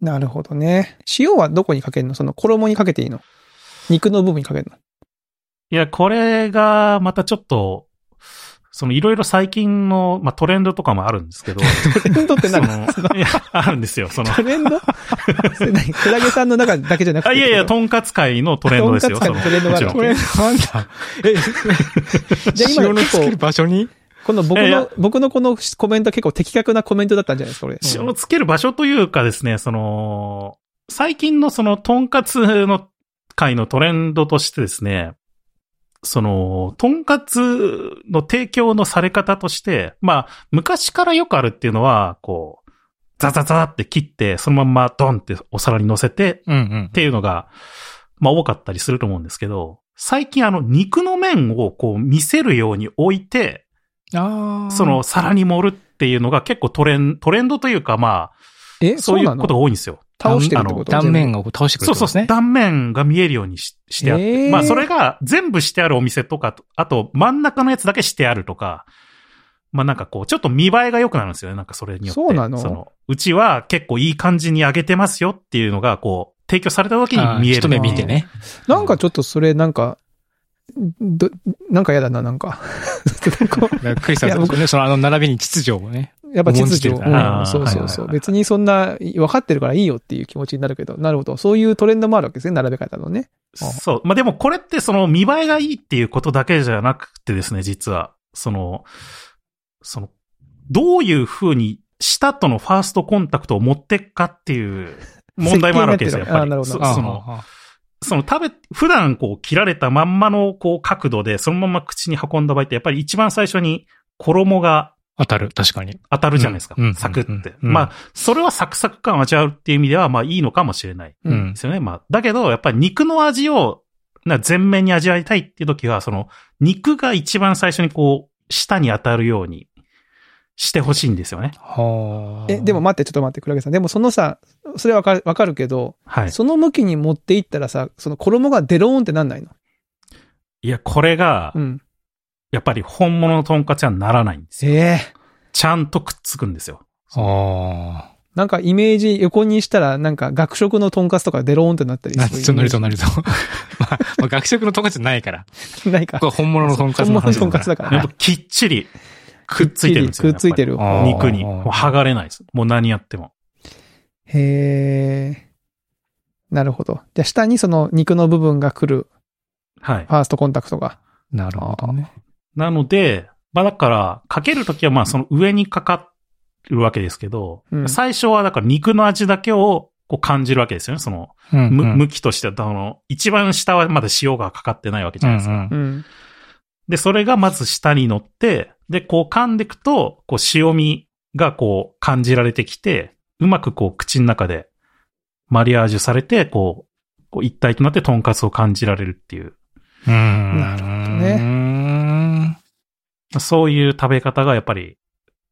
なるほどね。塩はどこにかけるのその衣にかけていいの肉の部分にかけるのいや、これが、またちょっと、そのいろいろ最近の、まあ、トレンドとかもあるんで すけど、トレンドってそ何の、いや、あるんですよ。その、トレンドそれ何クラゲさんの中だけじゃなくて。あいやいや、とんかつ界のトレンドですよ。とんかつ界のトレンドがあるそのもちろんこれなん だえ、じゃあ今塩の結つ構ける場所にこの僕いやいやの、僕のこのコメント結構的確なコメントだったんじゃないですか、これ。塩をつける場所というかですね、その、最近のその、とんかつの会のトレンドとしてですね、その、とんかつの提供のされ方として、まあ、昔からよくあるっていうのは、こう、ザザザって切って、そのまんまドンってお皿に乗せて、うんうんっ。ていうのが、まあ多かったりすると思うんですけど、最近あの肉の面をこう見せるように置いて、ああ。その、皿に盛るっていうのが結構トレン、トレンドというかまえ、あ、そそうういなうこのとが多いんですよ。倒してるってこと断面が。を倒してくれるそうってことそうですね。断面が見えるようにししてあって、えーまあそれが全部してあるお店とか、あと真ん中のやつだけしてあるとか、まあなんかこう、ちょっと見栄えが良くなるんですよね。なんかそれによって。そうなのうちは結構いい感じに揚げてますよっていうのが、こう、提供された時あーに見える。一目見てね。なんかちょっとそれ、なんか、ど、なんかやだな、なんか。 こうだからクリスさんいや僕ね、そのあの並びに秩序をね。やっぱ秩序。重んじてるからねうんそうそうそあーはいはいはう。い別にそんな、分かってるからいいよっていう気持ちになるけど、なるほど。そういうトレンドもあるわけですね、並べ方のね。あそう。まあ、でもこれってその見栄えがいいっていうことだけじゃなくてですね、実は。その、その、どういう風にしたとのファーストコンタクトを持ってっかっていう問題もあるわけですよ、やっ設計ぱ にり。なってるそああーその、その食べ、普段こう切られたまんまのこう角度でそのまま口に運んだ場合ってやっぱり一番最初に衣が当たる、確かに。当たるじゃないですかうんう。んサクってうん。うんまあ、それはサクサク感を味わうっていう意味ではまあいいのかもしれない。ううんんで。すよね。まあ、だけど、やっぱり肉の味を、な、全面に味わいたいっていう時は、その、肉が一番最初にこう、舌に当たるようにしてほしいんですよね。はあえ、でも、待って、ちょっと待って、クラゲさん。でもそのさ、それはわかる、わかるけど、はい。その向きに持っていったらさ、その衣がデローンってなんないのいや、これがう、ん。やっぱり本物のトンカツはならないんですよ。ええちゃんとくっつくんですよ。あなんかイメージ横にしたら、なんか学食のトンカツとかデローンってなったりあ。な するイメーりジそうなりそうなりそう。 まあ、まあ学食のトンカツじゃないから。 ないかこ。れ本物のトンカツの話本物のトンカツだからやっぱきっちり、くっついてるんですよ、ね。くっついてる。やっぱりやあっぱーり肉に。もう剥がれないです。もう何やっても。へえ。なるほど。じゃあ下にその肉の部分が来るはい。ファーストコンタクトが。 なるほどね。なので、まあだから、かけるときはまあその上にかかるわけですけど、うん最初はだから肉の味だけをこう感じるわけですよね。その、うんむうん向きとしては、あの、一番下はまだ塩がかかってないわけじゃないですか。うんうんうん。で、それがまず下に乗って、で、こう噛んでいくと、こう塩味がこう感じられてきて、うまくこう口の中でマリアージュされて、こう、こう一体となってトンカツを感じられるっていう、うん。なるほどねね。まあそういう食べ方がやっぱり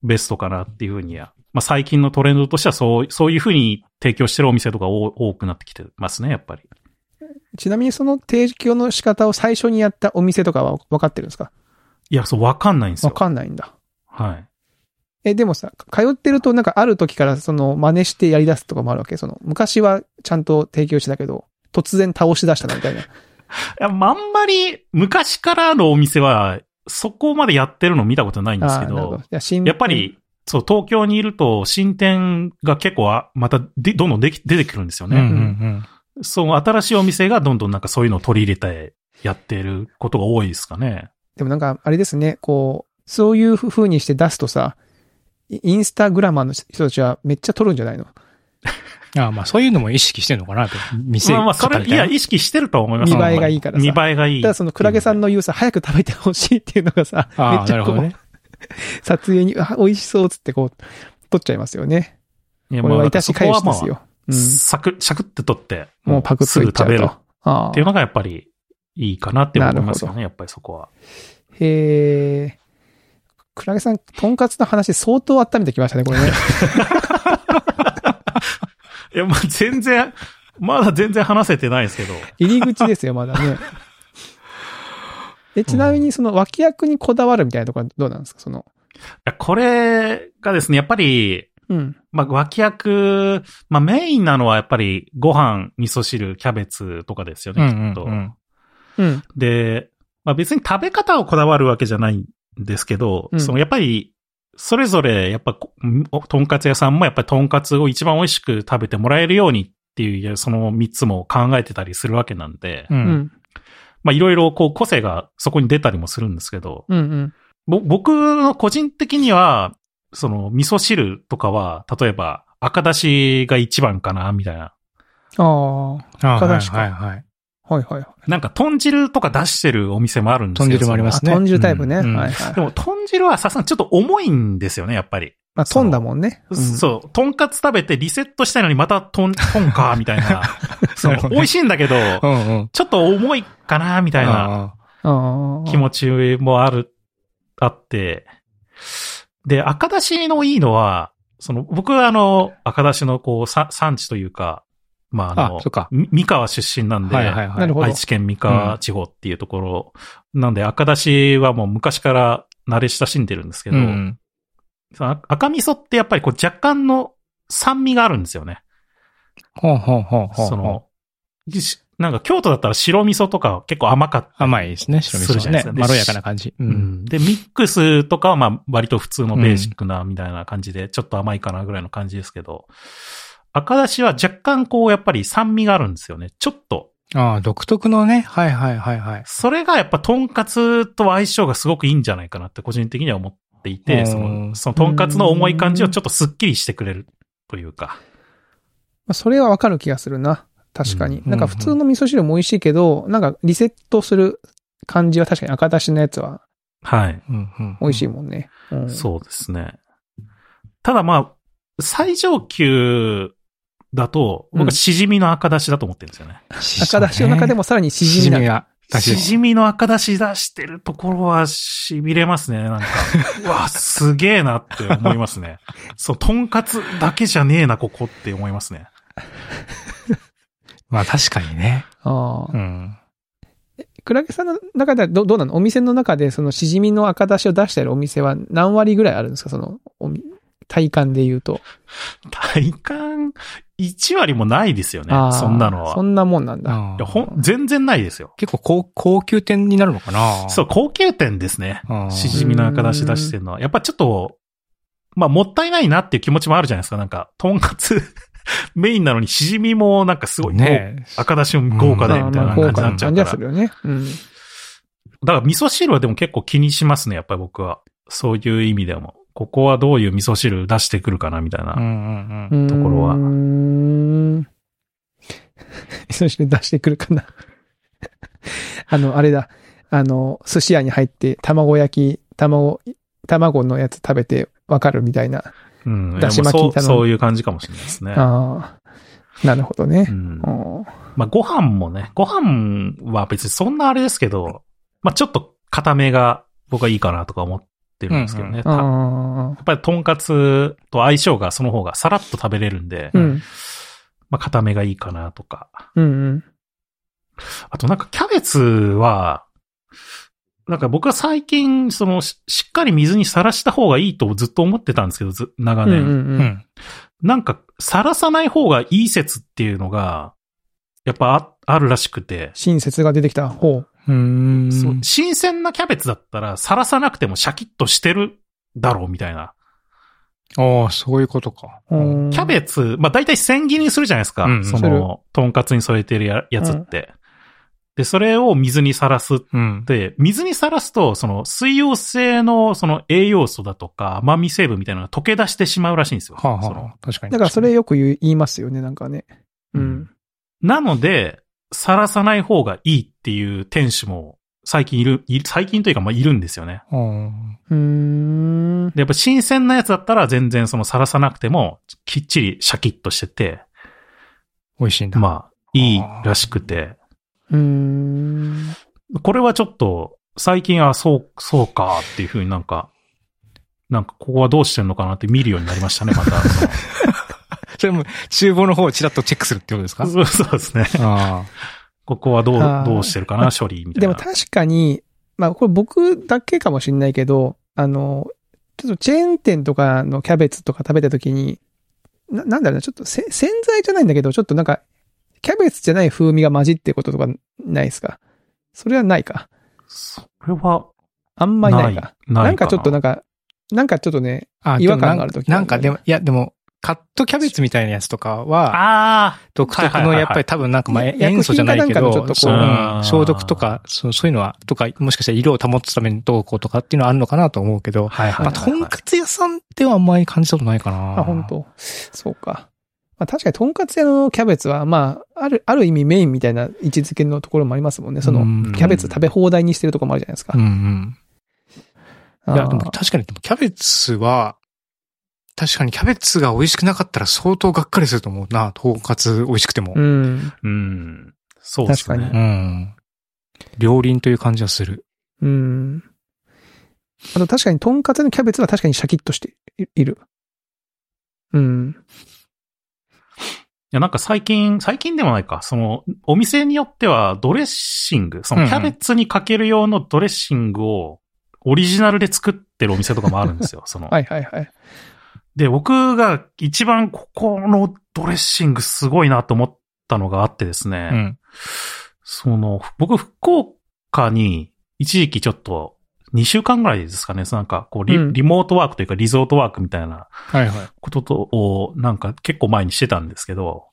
ベストかなっていうふうには。まあ、最近のトレンドとしてはそう、そういうふうに提供してるお店とか多多くなってきてますね、やっぱり。ちなみにその提供の仕方を最初にやったお店とかは分かってるんですかいや、そう、わかんないんですわよ。かんないんだ。はい。え、でもさ、通ってるとなんかある時からその真似してやり出すとかもあるわけその昔はちゃんと提供してたけど、突然倒し出したなみたいな。いや、まああんまり昔からのお店は、そこまでやってるの見たことないんですけーなるほどど、。や新やっぱ、り、そう、東京にいると、新店が結構あ、またで、どんどんでき、出てくるんですようんうんね。うん。その新しいお店がどんどんなんかそういうのを取り入れてやってることが多いですかね。でもなんか、あれですね、こう、そういう風にして出すとさ、イインスタグラマーの人たちはめっちゃ撮るんじゃないのああまあそういうのも意識してんのかなと。店まあまあ、そ方れ、みいたや、い意識してると思います。見栄えがいいからさ見栄えがいい。ただそのクラゲさんの言うさ、早く食べてほしいっていうのがさ、な。あめっあ、ちなゃるこほう、どね。撮影に、あ、美味しそうっつってこう、撮っちゃいますよね。いや、これまはあいたしかゆしですそこはよ。うまあサクッ、シャクって取って、ん。もうパクッすとぐいっちゃ食うと。べるっああていうのがやっぱりいいかなって思いますよなるほね、やっぱりそこは。へえ。クラゲさん、とんかつの話相当温めてきましたね、これね。いや、まあ、全然、まだ全然話せてないですけど。入り口ですよ、まだね。え、ちなみにその脇役にこだわるみたいなところはどうなんですかその、いや、これがですね、やっぱり、うん。まあ、脇役、まあ、メインなのはやっぱりご飯、味噌汁、キャベツとかですようね、んきっと。うんうん。うん。で、まあ、別に食べ方をこだわるわけじゃないんですけど、うんそのやっぱり、それぞれ、やっぱこ、おとんかつ屋さんもやっぱりとんかつを一番美味しく食べてもらえるようにっていういや、その3つも考えてたりするわけなんで、う。うんん。まあいろいろこう個性がそこに出たりもするんですけど、うんうん。ぼ僕の個人的には、その味噌汁とかは、例えば赤だしが一番かな、みたいな。ああ、はああ、はい正しくはいはい。いはいはい。なんか豚汁とか出してるお店もあるんですよ豚汁もありまあ、すね豚汁タイプね。うんうんはいはい。 でも豚汁はさすがにちょっと重いんですよね、やっぱり。まあ、飛んだもんね。うそう、とんかつ食べてリセットしたいのにまたとん、とんか、みたい な。そなるのほどね美味しいんだけど、うんうん。みちょっと重いかな、みたいな。ん。ああ。気持ちもある、あって。で、赤だしのいいのは、その、僕はあの、赤だしのこう、さ産地というか、まああのあそっか、み三河出身なんで、はいはいはい。なるほど愛知県三河地方っていうところ、なんで赤だしはもう昔から慣れ親しんでるんですけど、うんその赤味噌ってやっぱりこう若干の酸味があるんですよね。ほんほんほんほん。そ、の、しなんか京都だったら白味噌とか結構甘かった甘いですね、白する味じ噌ゃないねで。すかまろやかな感じ。う。うんんで、ミックスとかはまあ割と普通のベーシックなみたいな感じで、ちょっと甘いかなぐらいの感じですけど、赤だしは若干こうやっぱり酸味があるんですよね。ちょっと。ああ、独特のね。はいはいはいはい。それがやっぱとんかつと相性がすごくいいんじゃないかなって個人的には思っていて、うんその、そのとんかつの重い感じをちょっとスッキリしてくれるというか。まあそれはわかる気がするな。確かに。うんなんか普通の味噌汁も美味しいけど、なんかリセットする感じは確かに赤だしのやつははい。うんうん。美味しいもんね。うんそうですね。ただまあ、最上級だと、僕うんはしじみの赤だしだと思ってるんですよね。赤だしの中でもさらもさらにししじみな。が出汁しです。じみの赤出し出してるところは痺れます ね。なんか、うわ、すげえなって思いますね。そう、とんかつだけじゃねえな、ここって思いますね。まあ確かにね。ああう。ん。クラゲさんの中ではどどうなのお店の中でそのしじみの赤だしを出してるお店は何割ぐらいあるんですかその、おみ体感で言うと。体感1割もないですよねあ。ーそんなのはそ。んなもんなんだ。あいやあほん全然ないですよ。結構高高級店になるのかなそう、高級店ですね。うん。しじみの赤出し出してるのは。やっぱちょっと、まあ、もったいないなっていう気持ちもあるじゃないですか。なんか、とんかつ メインなのにしじみもなんかすごい、ねえ。赤出しも豪華だで、よまあみたいまなあ感豪じに華ななっちゃ感うかじら。はするよね。うん。だから味噌汁はでも結構気にしますね、やっぱり僕は。そういう意味でも。ここはどういう味噌汁出してくるかな、みたいな。うんうんう。うんーんところは。 そして出してくるかな。 あの、あれだ。あの、寿司屋に入って、卵焼き、卵、卵のやつ食べてわかるみたいな。うん。だし巻きでもそう頼むそういう感じかもしれないですね。ああ。なるほどうね。ん。うんまあ、ご飯もね、ご飯は別にそんなあれですけど、まあ、ちょっと固めが僕はいいかなとか思ってるんですけどね。たやああっぱりとんかつと相性がその方がさらっと食べれるんで、うん。まあ、固めがいいかなとか。うんうん。あとなんかキャベツは、なんか僕は最近、その、ししっかり水にさらした方がいいとずっと思ってたんですけど、ず長うんうう年。んん。なんか、さらさない方がいい説っていうのが、やっぱああるらしくて、親切が出てきた方。うん。そうう新鮮なキャベツだったら、さらさなくてもシャキッとしてるだろうみたいな。ああ、そういうことか。キキャベツ、まあ大体千切りにするじゃないですか。うんそするの、とんかつに添えてるややつって。で、それを水にさらすうん。で、水にさらすと、その水溶性のその栄養素だとか甘み成分みたいなのが溶け出してしまうらしいんですよ。はあそのはあ。確かに。だからそれよく言う言いますよね、なんかね。うん。なので、さらさない方がいいっていう店主も最近いる、い最近というかまあいるんですよね。うん。うーん。で、やっぱ新鮮なやつだったら全然そのさらさなくてもきっちりシャキッとしてて、美味しいんだ。まあいいらしくて、うーん。これはちょっと最近はそう、そうかっていうふうになんか、なんかここはどうしてんのかなって見るようになりましたね、また。そのそれも、厨房の方をちらっとチェックするってことですか そうそうですね。あここはどうあ、ーどうしてるかな、処理みたいでな。も確かに、まあこれ僕だけかもしれないけど、あの、ちょっとチェーン店とかのキャベツとか食べた時に、な、なんだろうな、ちょっとせ洗剤じゃないんだけど、ちょっとなんか、キャベツじゃない風味が混じってこととかないですかそれはないか。それは、あんまりないか。ないなんかちょっとなんか、なんかちょっとね、あ違和感がある時でもなんかでも、いや、でも、カットキャベツみたいなやつとかは、あ独特はいはいのはいやっぱり多分なんかまあ薬品塩素じゃないけかなんかのちょどっと、こうそううんうん消毒とかそう、そういうのは、とか、もしかしたら色を保つためにどうこうとかっていうのはあるのかなと思うけどあ。、はいはいまはあ、い。とんかつ屋さんではあんまり感じたことないかな。あ、本当そうか。まあ、確かに、とんかつ屋のキャベツは、まあ、ある、ある意味メインみたいな位置づけのところもありますもんね。その、うんキャベツ食べ放題にしてるところもあるじゃないですか。うんうん。いや、あーでも確かに、でもキャベツは、確かにキャベツが美味しくなかったら相当がっかりすると思うな、とんかつ美味しくてもう。ん。うん。そうです確うね。ん。両輪という感じはする。うん。あと、確かに、とんかつ屋のキャベツは確かにシャキッとしている。うん。いや、なんか最近、最近でもないか、その、お店によってはドレッシング、そうんのうんキャベツにかける用のドレッシングを、オリジナルで作ってるお店とかもあるんですよ、その。はいはいはい。で、僕が一番ここのドレッシングすごいなと思ったのがあってですね、うん。その、僕、福岡に一時期ちょっと、2週間ぐらいですかね、なんか、こうリ、うんリモートワークというか、リゾートワークみたいなはいはい。こととを、なんか結構前にしてたんですけど、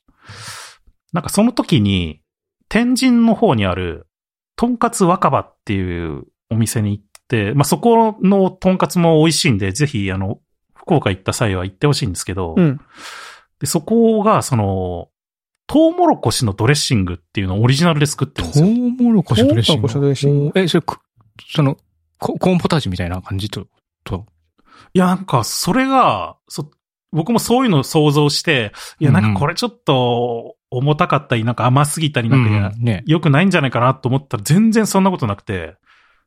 なんかその時に、天神の方にある、とんかつ若葉っていうお店に行って、まあ、そこのとんかつも美味しいんで、ぜひ、あの、福岡行った際は行ってほしいんですけど、うん。で、そこが、その、トウモロコシのドレッシングっていうのをオリジナルで作ってるんですトよ。ウモロコシのドレッシング。トウモロコシのドレッシングえ、それ、くその、ココーンポタージュみたいな感じと、と。いや、なんか、それが、そ、僕もそういうのを想像して、いや、うんうなんんかこれちょっと、重たかったり、なんか甘すぎたり、なんか、うんうんね。良くないんじゃないかなと思ったら、全然そんなことなくて、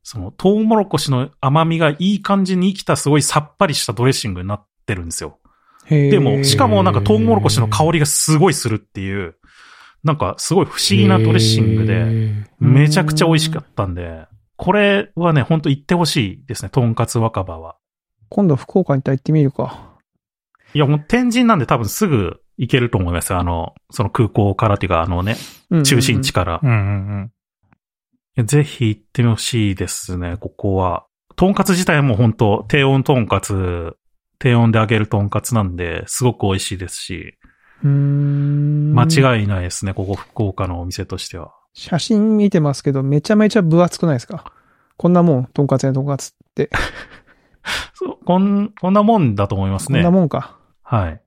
その、トウモロコシの甘みがいい感じに生きた、すごいさっぱりしたドレッシングになってるんですよ。ででも、しかもなんかトウモロコシの香りがすごいするっていう、なんか、すごい不思議なドレッシングで、で。めちゃくちゃ美味しかったんで、これはね、ほんと行ってほしいですね、とんかつ若葉は。今度福岡に行ったら行ってみるか。いや、もう天神なんで多分すぐ行けると思いますよ。あの、その空港からっていうか、あのね、うん中心地。から。うんうんいやぜひ行ってほしいですね、ここは。とんかつ自体も本当低温とんかつ、低温で揚げるとんかつなんで、すごく美味しいですし、うん。間い。違いないですね、ここ福岡のお店としては。写真見てますけど、めちゃめちゃ分厚くないですかこんなもん、とんかつやとんかつって。そうこん、こんなもんだと思いますこね。んなもんか。はい。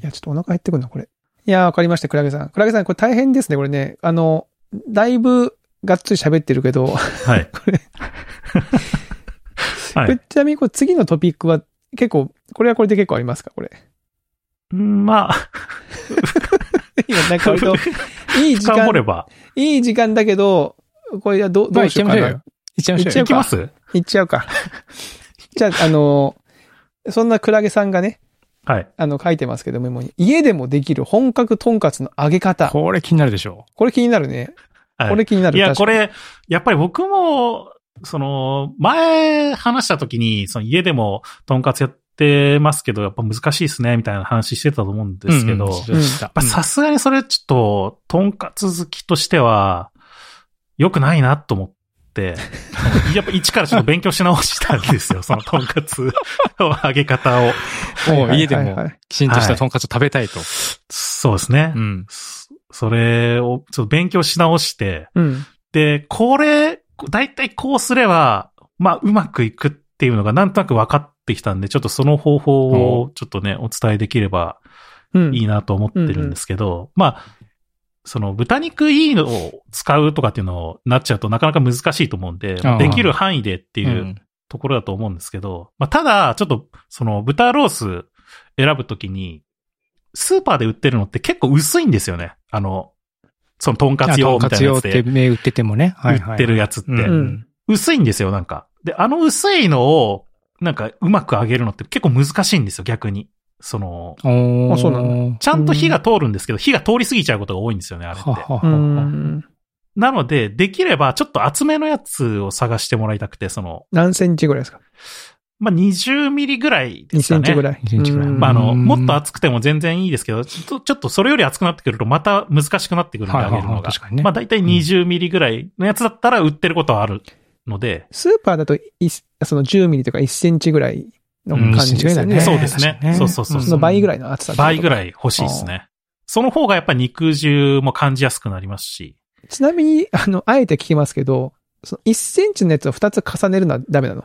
いや、ちょっとお腹減ってくるな、これ。いやー、わかりました、クラゲさん。クラゲさん、これ大変ですね、これね。あの、だいぶ、がっつり喋ってるけど、はい。 これ、はこいれ。ちなみにこれ次のトピックは、結構、これはこれで結構ありますか、これ。 うんまあ、今、なんか割と、いい時深掘れ間、ば。いい時間だけど、これはど、どうしようかまあな。行っちゃいましょうよ行っいちきゃうかますいっちゃうか。じゃあ、あの、そんなクラゲさんがね、はい。あの、書いてますけどメモに。家でもできる本格とんかつの揚げ方。これ気になるでしょこれ気になるね。はいこれ気になる。いや、確かこに。れ、やっぱり僕も、その、前話した時に、その家でもとんかつやってますけど、やっぱ難しいですね、みたいな話してたと思うんう。ですけど、うんうんやっそうでしたぱさすがにそれちょっと、とんかつ好きとしては、良くないなと思って、 そのやっぱ一からちょっと勉強し直したんです よ、そのとんかつの揚げ方を。うんもうはい家ではいはもいきちんとしたとんかつを食べたいと。そうですね。うん。そそれをちょっと勉強し直して、うん。で、これ、だいたいこうすれば、まあ、うまくいくっていうのがなんとなく分かってきたんで、ちょっとその方法をちょっとね、お伝えできればうん。いいなと思ってるんですけど、まあ、その豚肉いいのを使うとかっていうのになっちゃうとなかなか難しいと思うんで、ああできる範囲でっていううんところだと思うんですけど、まあ、ただ、ちょっと、その豚ロース選ぶときに、スーパーで売ってるのって結構薄いんですよね。あの、その、とんかつ用とみたいなやつんかつ用ってで銘打っててもね。売ってるやつって。うんうん薄いんですよ、なんか。で、あの薄いのを、なんか、うまく揚げるのって結構難しいんですよ、逆に。その、おーあそうなちゃんと火が通るんですけど、火が通り過ぎちゃうことが多いんですよね、あれっては。はうは。ん。なので、できれば、ちょっと厚めのやつを探してもらいたくて、その、何センチぐらいですかまあ、20ミリぐらいで ?2 すセかンね。チぐらい。 2センチぐらいうんまあ、あの、うんもっと厚くても全然いいですけど、ちょっと、ちょっとそれより厚くなってくるとまた難しくなってくるんで、はいあはいげはいるのが。確かにねまあ、だいたい20ミリぐらいのやつだったら売ってることはあるので、スーパーだと、いその10ミリとか1センチぐらいのうん感じですよね。えそうですね確かにねそうそうそうその倍ぐらい。いの厚さ。倍ぐい。らい欲しいですね。その方がやっぱ肉汁も感じやすくなりますし、ちなみに、あの、あえて聞きますけど、その1センチのやつを2つ重ねるのはダメなの。い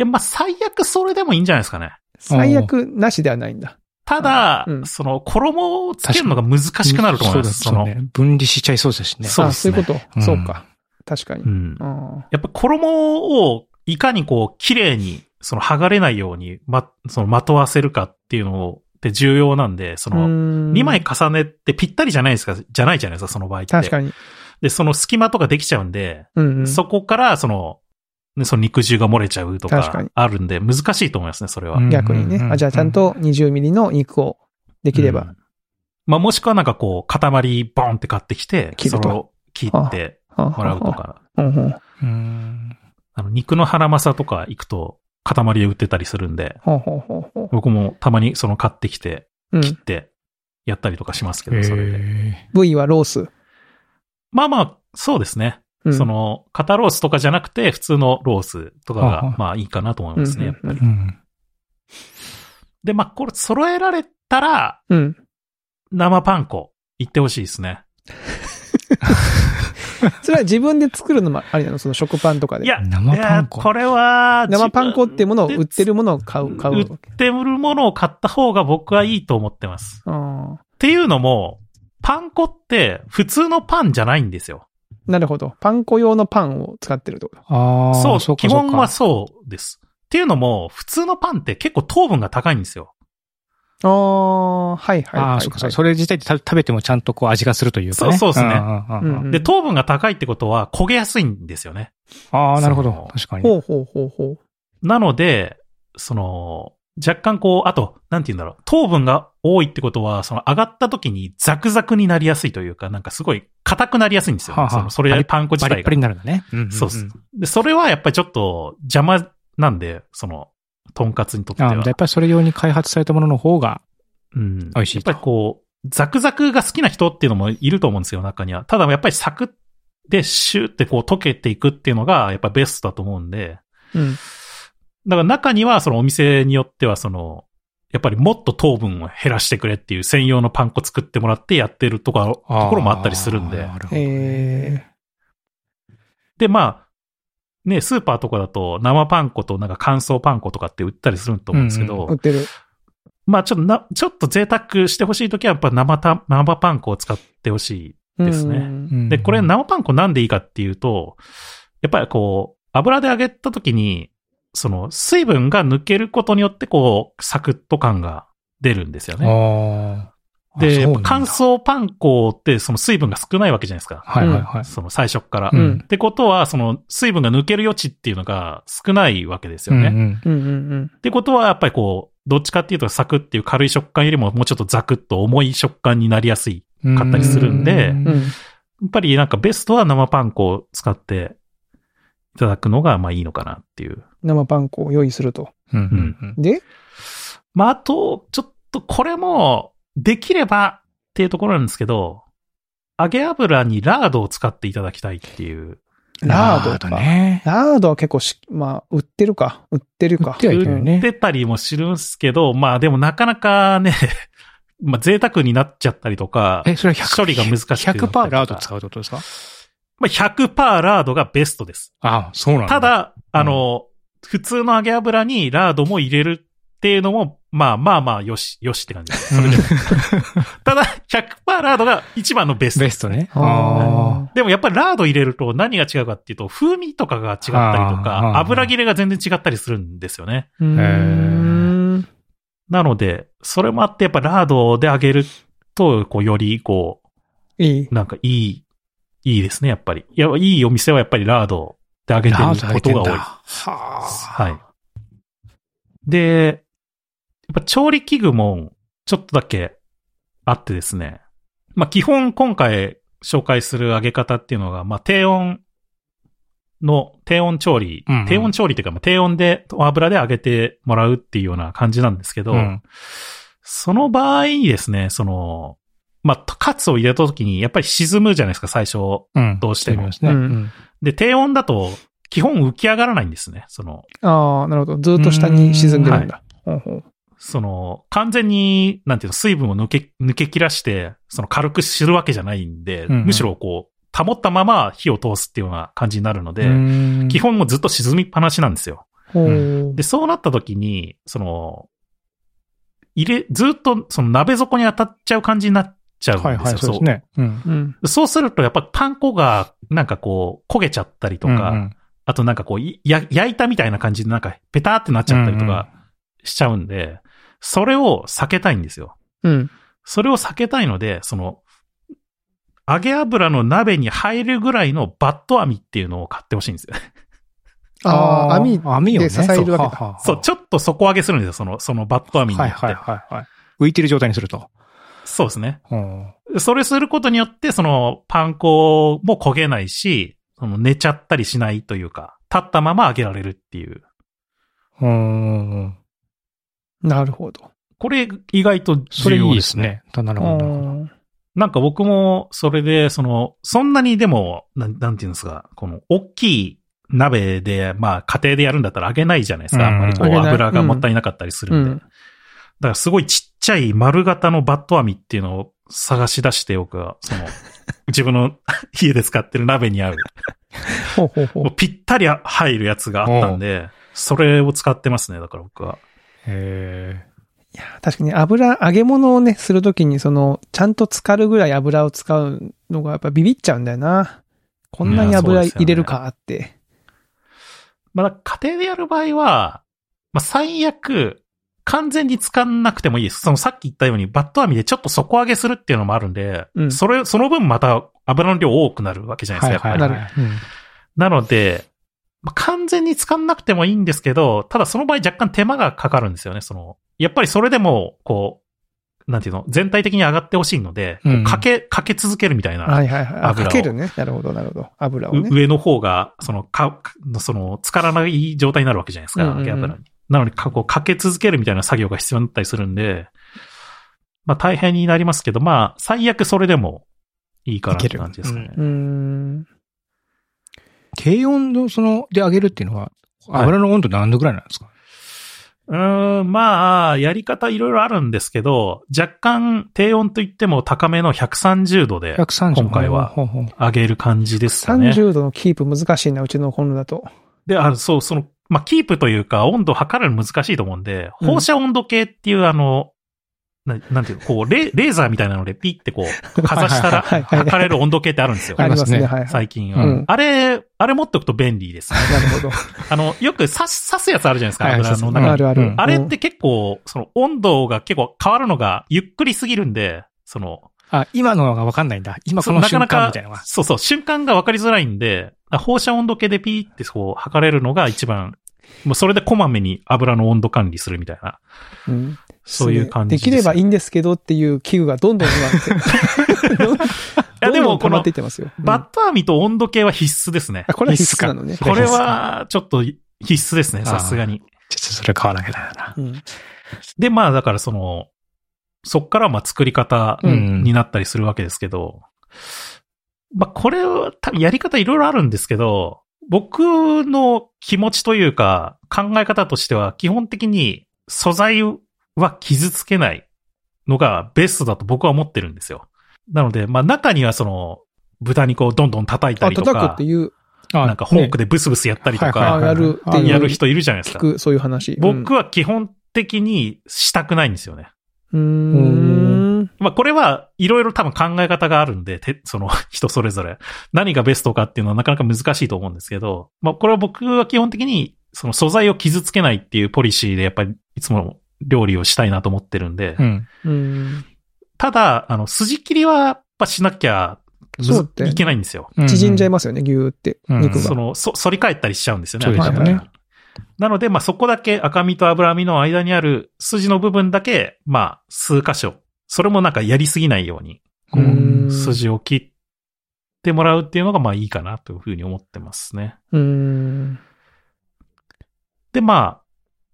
や、まあ、最悪それでもいいんじゃないですかね。最悪なしではないんだ。ただ、うんその、衣をつけるのが難しくなると思います。そそうだの、ね分離しちゃいそうだしね。そうあですねそういうこうと。んそうか。確かにう。ん。あやっぱ衣をいかにこう、綺麗に、その、剥がれないように、ま、その、まとわせるかっていうのって重要なんで、その、 2 2枚重ねてぴったりじゃないですか、じゃないじゃないですか、その場合って。確かに。で、その隙間とかできちゃうんで、うんうん。そこから、その、ね、その肉汁が漏れちゃうと確かかに、あるんで、難しいと思いますね、それは。うん逆うにんうんね。うんあ、じゃあちゃんと20ミリの肉をできれば。うんまあ、もしくはなんかこう、塊ボンって買ってきて、切そるとれを切ってももらうと。か。うんうんうん。あの、肉のハナマサとか行くと、塊で売ってたりするんで、ほうほうほうほ僕もたまにその買ってきて、う。う切っん。て、やったりとかしますけへど、それで。え部位はロース。まあまあ、そうですね。うんそ、の、肩ロースとかじゃなくて、普通のロースとかはあはがあ、まあいいかなと思いますね、やっぱうんうんり。うん。で、まあ、これ揃えられたら、うん。生パン粉、いってほしいですね。それは自分で作るのもありなのその食パンとかで。いや、生いパンや粉。これは、生パン粉っていうものを売ってるものを買う、買売うっ。てるものを買った方が僕はいいと思ってます。あっていうのも、パン粉って普通のパンじゃないんですよ。ーなるほど。パン粉用のパンを使ってるってことああ、そう、そうか基本はそそうです。っていうのも、普通のパンって結構糖分が高いんですよ。ああ、はういはいはいか。あはあ、い。そうかそうか。それ自体で食食べてもちゃんとこう味がするというかね。そうそうですねんうんうんうんうんで、糖分が高いってことは焦げやすいんですよね。ああ、なるほそのど。確かに。ほうほうほうほなので、その、若干こう、あと、なんて言うんだろう、糖分が多いってことは、その上がった時にザクザクになりやすいというか、なんかすごい硬くなりやすいんですよ。はあはあそのそれパン粉自バリ体ッバがリ。になるんだね。うんんんそうっす。で、それはやっぱりちょっと邪魔なんで、その、とんかつにとってあはあ、。やっぱりそれ用に開発されたものの方が、うん。美味しいとやっぱりこう、ザクザクが好きな人っていうのもいると思うんですよ、中には。ただやっぱりサクッでシューってこう溶けていくっていうのがやっぱベストだと思うんで。う。うん。だから中にはそのお店によってはその、やっぱりもっと糖分を減らしてくれっていう専用のパン粉作ってもらってやってるとか、とああころもあったりするんで。なるほどえで、まあ、ね、スーパーとかだと生パン粉となんか乾燥パン粉とかって売ったりすると思うんですけど、うんうんー、売ってる。まあちょっとな、ちょっと贅沢してほしいときはやっぱ生た、生パン粉を使ってほしいですね。ね。うんで、これ生パン粉なんでいいかっていうと、やっぱりこう、油で揚げた時に、その水分が抜けることによってこう、サクッと感が出るんですよね。ああ。で、やあっぱ乾。燥パン粉ってその水分が少ないわけじゃないですか。そうなんだはいはいはい。その最初っから。うんってことは、その水分が抜ける余地っていうのが少ないわけですようんね。うんうんうんってことは、やっぱりこう、どっちかっていうとサクっていう軽い食感よりももうちょっとザクッと重い食感になりやすい。うん買ったりするんでうん。うん。やっぱりなんかベストは生パン粉を使っていただくのがまあいいのかなっていう。生パン粉を用意すると。うんうんうんで、まああと、ちょっとこれもできればっていうところなんですけど、揚げ油にラードを使っていただきたいっていう。ラードとか。ね。ラードは結構し、まあ、売ってるか。売ってるか。売ってはいるよね出たりもするんですけど、まあでもなかなかね、 まあ贅沢になっちゃったりとか、え、それは100%処理が難しくなったりとか100%ラード使うってことですかまあ100%ラードがベストです。ああ、そうなんだ。た、だ、あの、普通の揚げ油にラードも入れるっていうのも、まあまあまあ、よし、よしって感じです。それでもただ、100%ラードが一番のベスト。 ベストね。あでもやっぱりラード入れると何が違うかっていうと、風味とかが違ったりとあか、ー油切れが全然違ったりするんですよね。ーうーん。なので、それもあってやっぱラードで揚げると、こう、より、こ、。いいうなんかいい、いいですね、やっぱり。いや、いいお店はやっぱりラードで揚げてラードる入これてとんがだ多い。ははい。で、やっぱ調理器具もちょっとだけあってですね。まあ基本今回紹介する揚げ方っていうのが、まあ低温の、低温調理、うんうん低温調理っていうか、まあ低温で油で揚げてもらうっていうような感じなんですけあ。ど、その場合にですね、その、まあ、カツを入れた時に、やっぱり沈むじゃないですか、最初。うん。どうして沈みもま。すね。ううんん。で、低温だと、基本浮き上がらないんですね。その、ああ、なるほど。ずっと下に沈んでるんだ。ほうほうその、完全に、なんていうの、水分を抜け、抜け切らして、その軽くするわけじゃないんで、うんうんむしろこう、保ったまま火を通すっていうような感じになるので、うん基本もうずっと沈みっぱなしなんですよ。ほう。で、そうなった時に、その、入れ、ずっとその鍋底に当たっちゃう感じになっちゃうんですよ。はいはい、そうそでうすね。うん。うん。そうするとやっぱパン粉がなんかこう焦げちゃったりとか、うんうんあとなんかこういや焼いたみたいな感じでなんかペターってなっちゃったりとかしちゃうんで、それを避けたいんですよ。うん。それを避けたいので、その、揚げ油の鍋に入るぐらいのバット網っていうのを買ってほしいんですよ。ああ、網。網をねで支えるわけだはあそう、ちょっと底上げするんですよ、その、そのバット網によはっいて。はいはいはい。浮いてる状態にすると。そうですね。うん。それすることによって、その、パン粉も焦げないし、その寝ちゃったりしないというか、立ったまま揚げられるっていう。うん。なるほど。これ意外とそ重れい要いでですすね。ね。なるうほどなるほど。んなんか僕も、それで、その、そんなにでも、なん、なんていうんですか、この、大きい鍋で、まあ、家庭でやるんだったら揚げないじゃないですか。うんあんまりこう、揚げない油がもったいなかったりするんで。うんだからすごいちっちゃい丸型のバット網っていうのを探し出しておくは、その、自分の 家で使ってる鍋に合う。ほうほうほもうぴったり入るやつがあったんで、それを使ってますね、だから僕は。へいや、確かに油、揚げ物をね、するときに、その、ちゃんと浸かるぐらい油を使うのが、やっぱビビっちゃうんだよな。こんなに油いやそうですよね入れるかって。まあ、家庭でやる場合は、まあ、最悪、完全に使わなくてもいいです。そのさっき言ったように、バット網でちょっと底上げするっていうのもあるんで、うんそれ、その分また油の量多くなるわけじゃえ。ないですか、やっぱり。なるなので、まあ、完全に使わなくてもいいんですけど、ただその場合若干手間がかかるんですよね、その。やっぱりそれでも、こう、なんていうの、全体的に上がってほしいので、こううんかけ、かけ続けるみたいな。はいはいはいあ。油をかけるね。なるほど、なるほど。油をうね。上の方が、その、か、かその、浸からない状態になるわけじゃないですか、うんうんうん揚げ油に。なのに、か、こう、かけ続けるみたいな作業が必要になったりするんで、まあ、大変になりますけど、まあ、最悪それでもいいかなって感じですかねいけ。うーん。低温の、その、で揚げるっていうのは、はい油の温度何度ぐらいなんですかうーん、まあ、やり方いろいろあるんですけど、若干低温といっても高めの130度で ?130 今回はほうほうほう揚げる感じですかね。 30度のキープ難しいな、うちのコンロだと。で、あそう、その、まあ、キープというか、温度を測るの難しいと思うんで、うん放射温度計っていう、あの、ななんていうの、こうレ、 レーザーみたいなのでピッてこう、かざしたらはいはいはい測れる温度計ってあるんですよ。ありますねはいはい。最近は、うんあれ、あれ持っておくと便利ですね。なるほど。あの、よく刺す、刺すやつあるじゃないですか、はい油の中にうんあるあうるん。あれって結構、その温度が結構変わるのがゆっくりすぎるんで、その、あ、今のがわかんないんだ。今こそうのなか瞬な間かみたいなのが。そうそう、瞬間が分かりづらいんで、放射温度計でピーってこう測れるのが一番、もうそれでこまめに油の温度管理するみたいな、うん。うんそういう感じできればいい。いんですけどっていう器具がどんどん上がって。やどんでどもん溜こまのっていってますよ。うんバッター網と温度計は必須ですねあ。これは必須なのね。必須かこれはちょっと必須ですね、さすがに。ちょっとそれ買わなきゃだよな。うんで、まあだからその、そっからまあ作り方うんになったりするわけですけど、まあこれは多分やり方いろいろあるんですけど、僕の気持ちというか考え方としては基本的に素材は傷つけないのがベストだと僕は思ってるんですよ。なので、まあ中にはその豚肉をどんどん叩いたあ、りとか、叩くっていう、あなんかフォークででブスブスやったりとねはいかはいあ、やるっていう。やる人いるじゃないです聞か。く、そういう話。僕は基本的にしたくないんですよね。うん。うーん。まあ、これはいろいろ多分考え方があるんで、て その人それぞれ。何がベストかっていうのはなかなか難しいと思うんですけど、まあ、これは僕は基本的に、その素材を傷つけないっていうポリシーで、やっぱりいつも料理をしたいなと思ってるんで、うん。うん。ただ、あの、筋切りはやっぱしなきゃ、むずそうだよねいけないんですよ。縮んじゃいまますよね、ぎゅーって、うん肉そが。の、そ、反り返ったりしちゃうんですよね。そうですよね頭の中になので、まあ、そこだけ赤身と脂身の間にある筋の部分だけ、まあ、数箇所。それもなんかやりすぎないようにこううん筋を切ってもらうっていうのがまあいいかなというふうに思ってますね。うん。で、まあ、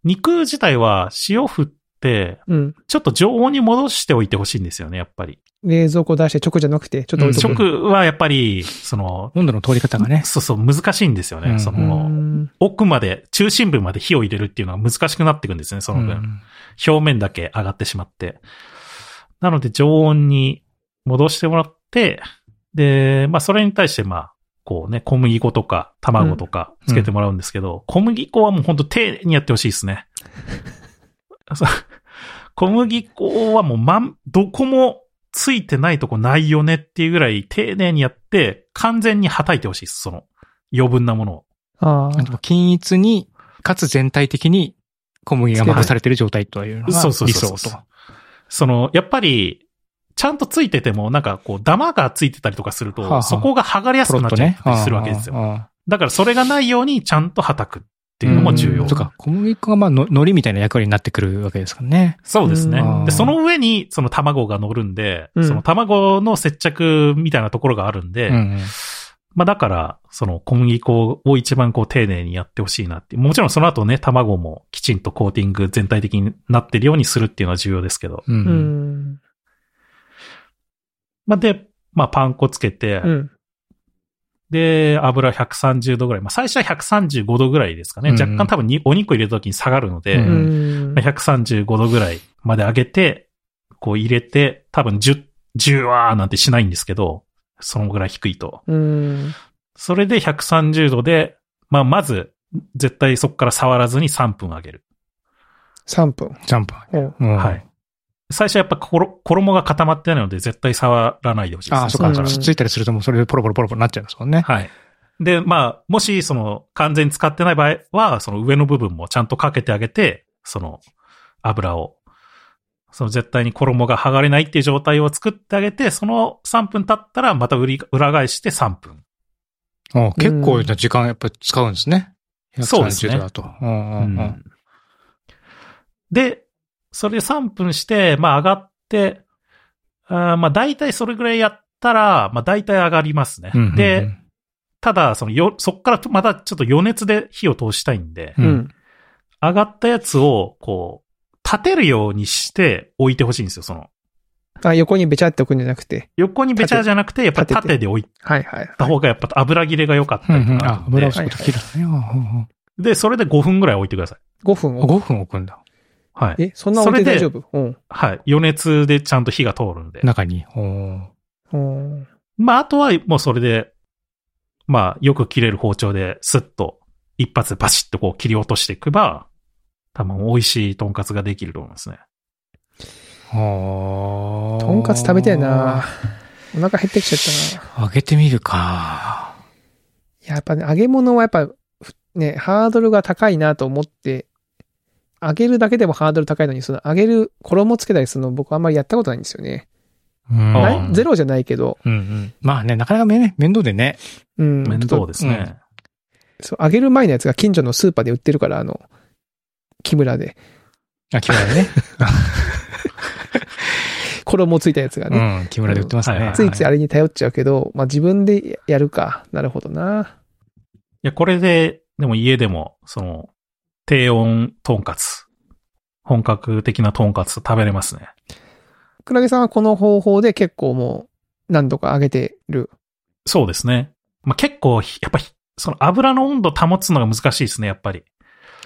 肉自体は塩振っって、うん。ちょっと常温に戻しておいてほしいんですよね、やっぱり。冷蔵庫出して直じゃなくて、ちょっと置いとく。食はやっぱり、その、温度の通り方がね。そうそう、難しいんですよね。うんそうの、ん奥まで、中心部まで火を入れるっていうのは難しくなっていくんですね、その分。うん表面だけ上がってしまって。なので、常温に戻してもらって、で、まあ、それに対して、まあ、こうね、小麦粉とか卵とかつけてもらうんですけど、小麦粉はもうほんと丁寧にやってほしいですね。そう小麦粉はもうまん、どこもついてないとこないよねっていうぐらい丁寧にやって、完全にはたいてほしいです、その余分なものを。あでも均一に、かつ全体的に小麦がまぶされてる状態というのが理そうそうそうそう想と。その、やっぱり、ちゃんとついてても、なんかこう、ダマがついてたりとかすると、はあはあそこが剥がれやすポロくッとなっちゃね。ったりするわけですよ。うんうんうんだからそれがないように、ちゃんと叩くっていうのも重う要ん。そうか、小麦粉がまあの、海苔みたいな役割になってくるわけですからね。そうですねうん。で、その上に、その卵が乗るんで、うんその卵の接着みたいなところがあるんで、うんうんまあだから、その小麦粉を一番こう丁寧にやってほしいなっていう。もちろんその後ね、卵もきちんとコーティング全体的になってるようにするっていうのは重要ですけど。うあ。んううんん。まあで、まあパン粉つけて、うん。で、油130度ぐらい。まあ、最初は135度ぐらいですかね。うん若干多分にお肉入れた時に下がるので、ううんんまあ、135度ぐらいまで上げて、こう入れて、多分10、10わーなんてしないんですけど、そのぐらい低いと。うん。それで130度で、まあ、まず、絶対そこから触らずに3分上げる。 3分。ジャンプ。おううんはい。。最初やっぱ衣衣が固まってないので、絶対触らないでほしいです、ね。ああ、そうか。うんつっついたりするともうそれでポロポロポロポロなっちゃいますもんね。はい。で、まあ、もし、その、完全に使ってない場合は、その上の部分もちゃんとかけてあげて、その、油を、その絶対に衣が剥がれないっていう状態を作ってあげて、その3分経ったら、また売り裏返して3分。うん結構な時間やっぱり使うんですね。そうですね130度だと。うんうんうんで、それで3分して、まあ、上がって、あーまあ、大体それぐらいやったら、まあ、大体上がりますね。うんうんうんで、、ただ、そのよ、そっからまたちょっと余熱で火を通したいんで、うんうん。上がったやつを、こう、立てるようにして置いてほしいんですよ、その。あ、横にべちゃって置くんじゃなくて。横にべちゃじゃなくて、やっぱり立てて縦で置いはいはい。た方がやっぱ油切れが良かうっんたりうとん。かあ、あるんで、油をすると切るね。うんで、それで5分ぐらい置いてください。 5分うんを。 5分置くんだ。はい。え、そんな置いて大丈夫うんはい。余熱でちゃんと火が通るんで。中に。おーうん。まあ、あとはもうそれで、まあ、よく切れる包丁でスッと一発でバシッとこう切り落としていけば、多分美味しいとんかつができると思うんですね。あーとんかつ食べたいな。お腹減ってきちゃったな。揚げてみるか。やっぱね、揚げ物はやっぱ、ふね、ハードルが高いなと思って、揚げるだけでもハードル高いのに、その揚げる、衣つけたりするの僕あんまりやったことないんですよね。うんあーないゼロじゃないけど、うんうん。まあね、なかなかね、面倒でね。うん。面ちょ倒っですね。とそう揚げる前のやつが近所のスーパーで売ってるから、あの、木村で。あ、木村でね。衣ついたやつがね。うん、木村で売ってますうんねは。ついついあれに頼っちゃうけど、まあ自分でやるか。なるほどな。いや、これで、でも家でも、その、低温とんかつ。本格的なとんかつ食べれますね。クラゲさんはこの方法で結構もう何度か揚げてる。そうですね。まあ、結構ひ、やっぱひ、その油の温度保つのが難しいですね、やっぱり。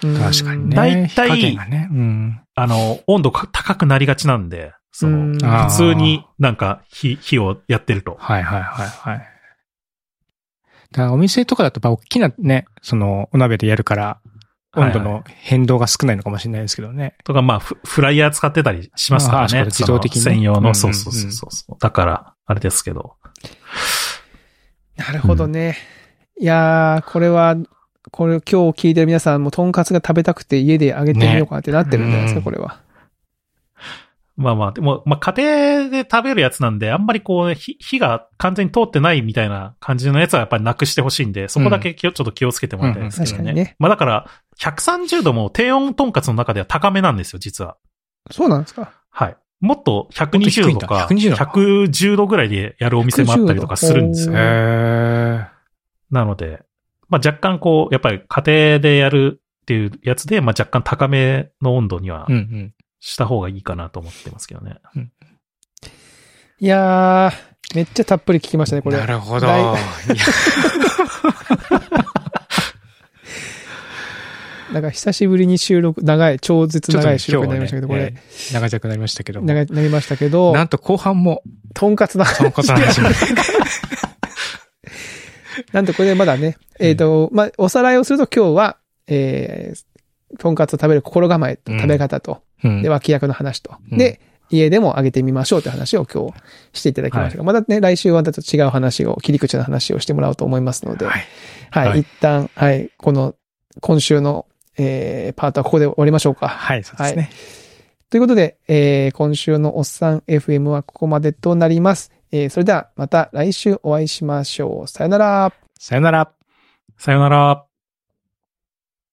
うん確かにね。大体火加減がね。うん。あの、温度か高くなりがちなんで、その、うんあー普通になんか火、火をやってると。はいはいはいはい。だからお店とかだと、まあ、大きなね、その、お鍋でやるから、温度はいはいの変動が少ないのかもしれないですけどね。とか、まあフ、フライヤー使ってたりしますあかーそらうね。か自動的にねその専用うんうんうの、んそうそうそうそうそう。だから、あれですけど。なるほどね。いやー、これは、これ今日聞いてる皆さんもとんかつが食べたくて家で揚げてみようかなってなってるんじゃないですか、ねこれは。まあまあ、でも、まあ家庭で食べるやつなんで、あんまりこう、火火が完全に通ってないみたいな感じのやつはやっぱりなくしてほしいんで、そこだけ気を、ちょっと気をつけてもらいたいですけどね。うんうん確かにねまあだから、130度も低温とんかつの中では高めなんですよ、実は。そうなんですか。はい。もっともっと低い120ん度だとか、 120度110度ぐらいでやるお店もあったりとかするんですうよん。へえ。なので、まあ若干こう、やっぱり家庭でやるっていうやつで、まあ若干高めの温度にはうんうん。した方がいいかなと思ってますけどね。いやー、めっちゃたっぷり聞きましたね、これ。なるほ ど。いだいやなんか久しぶりに収録、長い、超絶長い収録になりましたけど、こちょっとれね、長尺くなりましたけども。長いなりましたけど、なんと後半 も、とんかつな。そのことの話も。なんとこれまだね、えっ、と、まあ、おさらいをすると今日は、えー、とんかつを食べる心構えと、うん食べ方と、うんで、脇役の話と、うんで、家でもあげてみましょうという話を今日していただきましたが、またね、来週はだと違う話を、切り口の話をしてもらおうと思いますので、はいはい、はい一旦、はい、この、今週の、えー、パートはここで終わりましょうか。はい、そうですね。ということで、えー今週のおっさん FM はここまでとなります。えーそれではまた来週お会いしましょう。さよなら。さよなら。さよなら。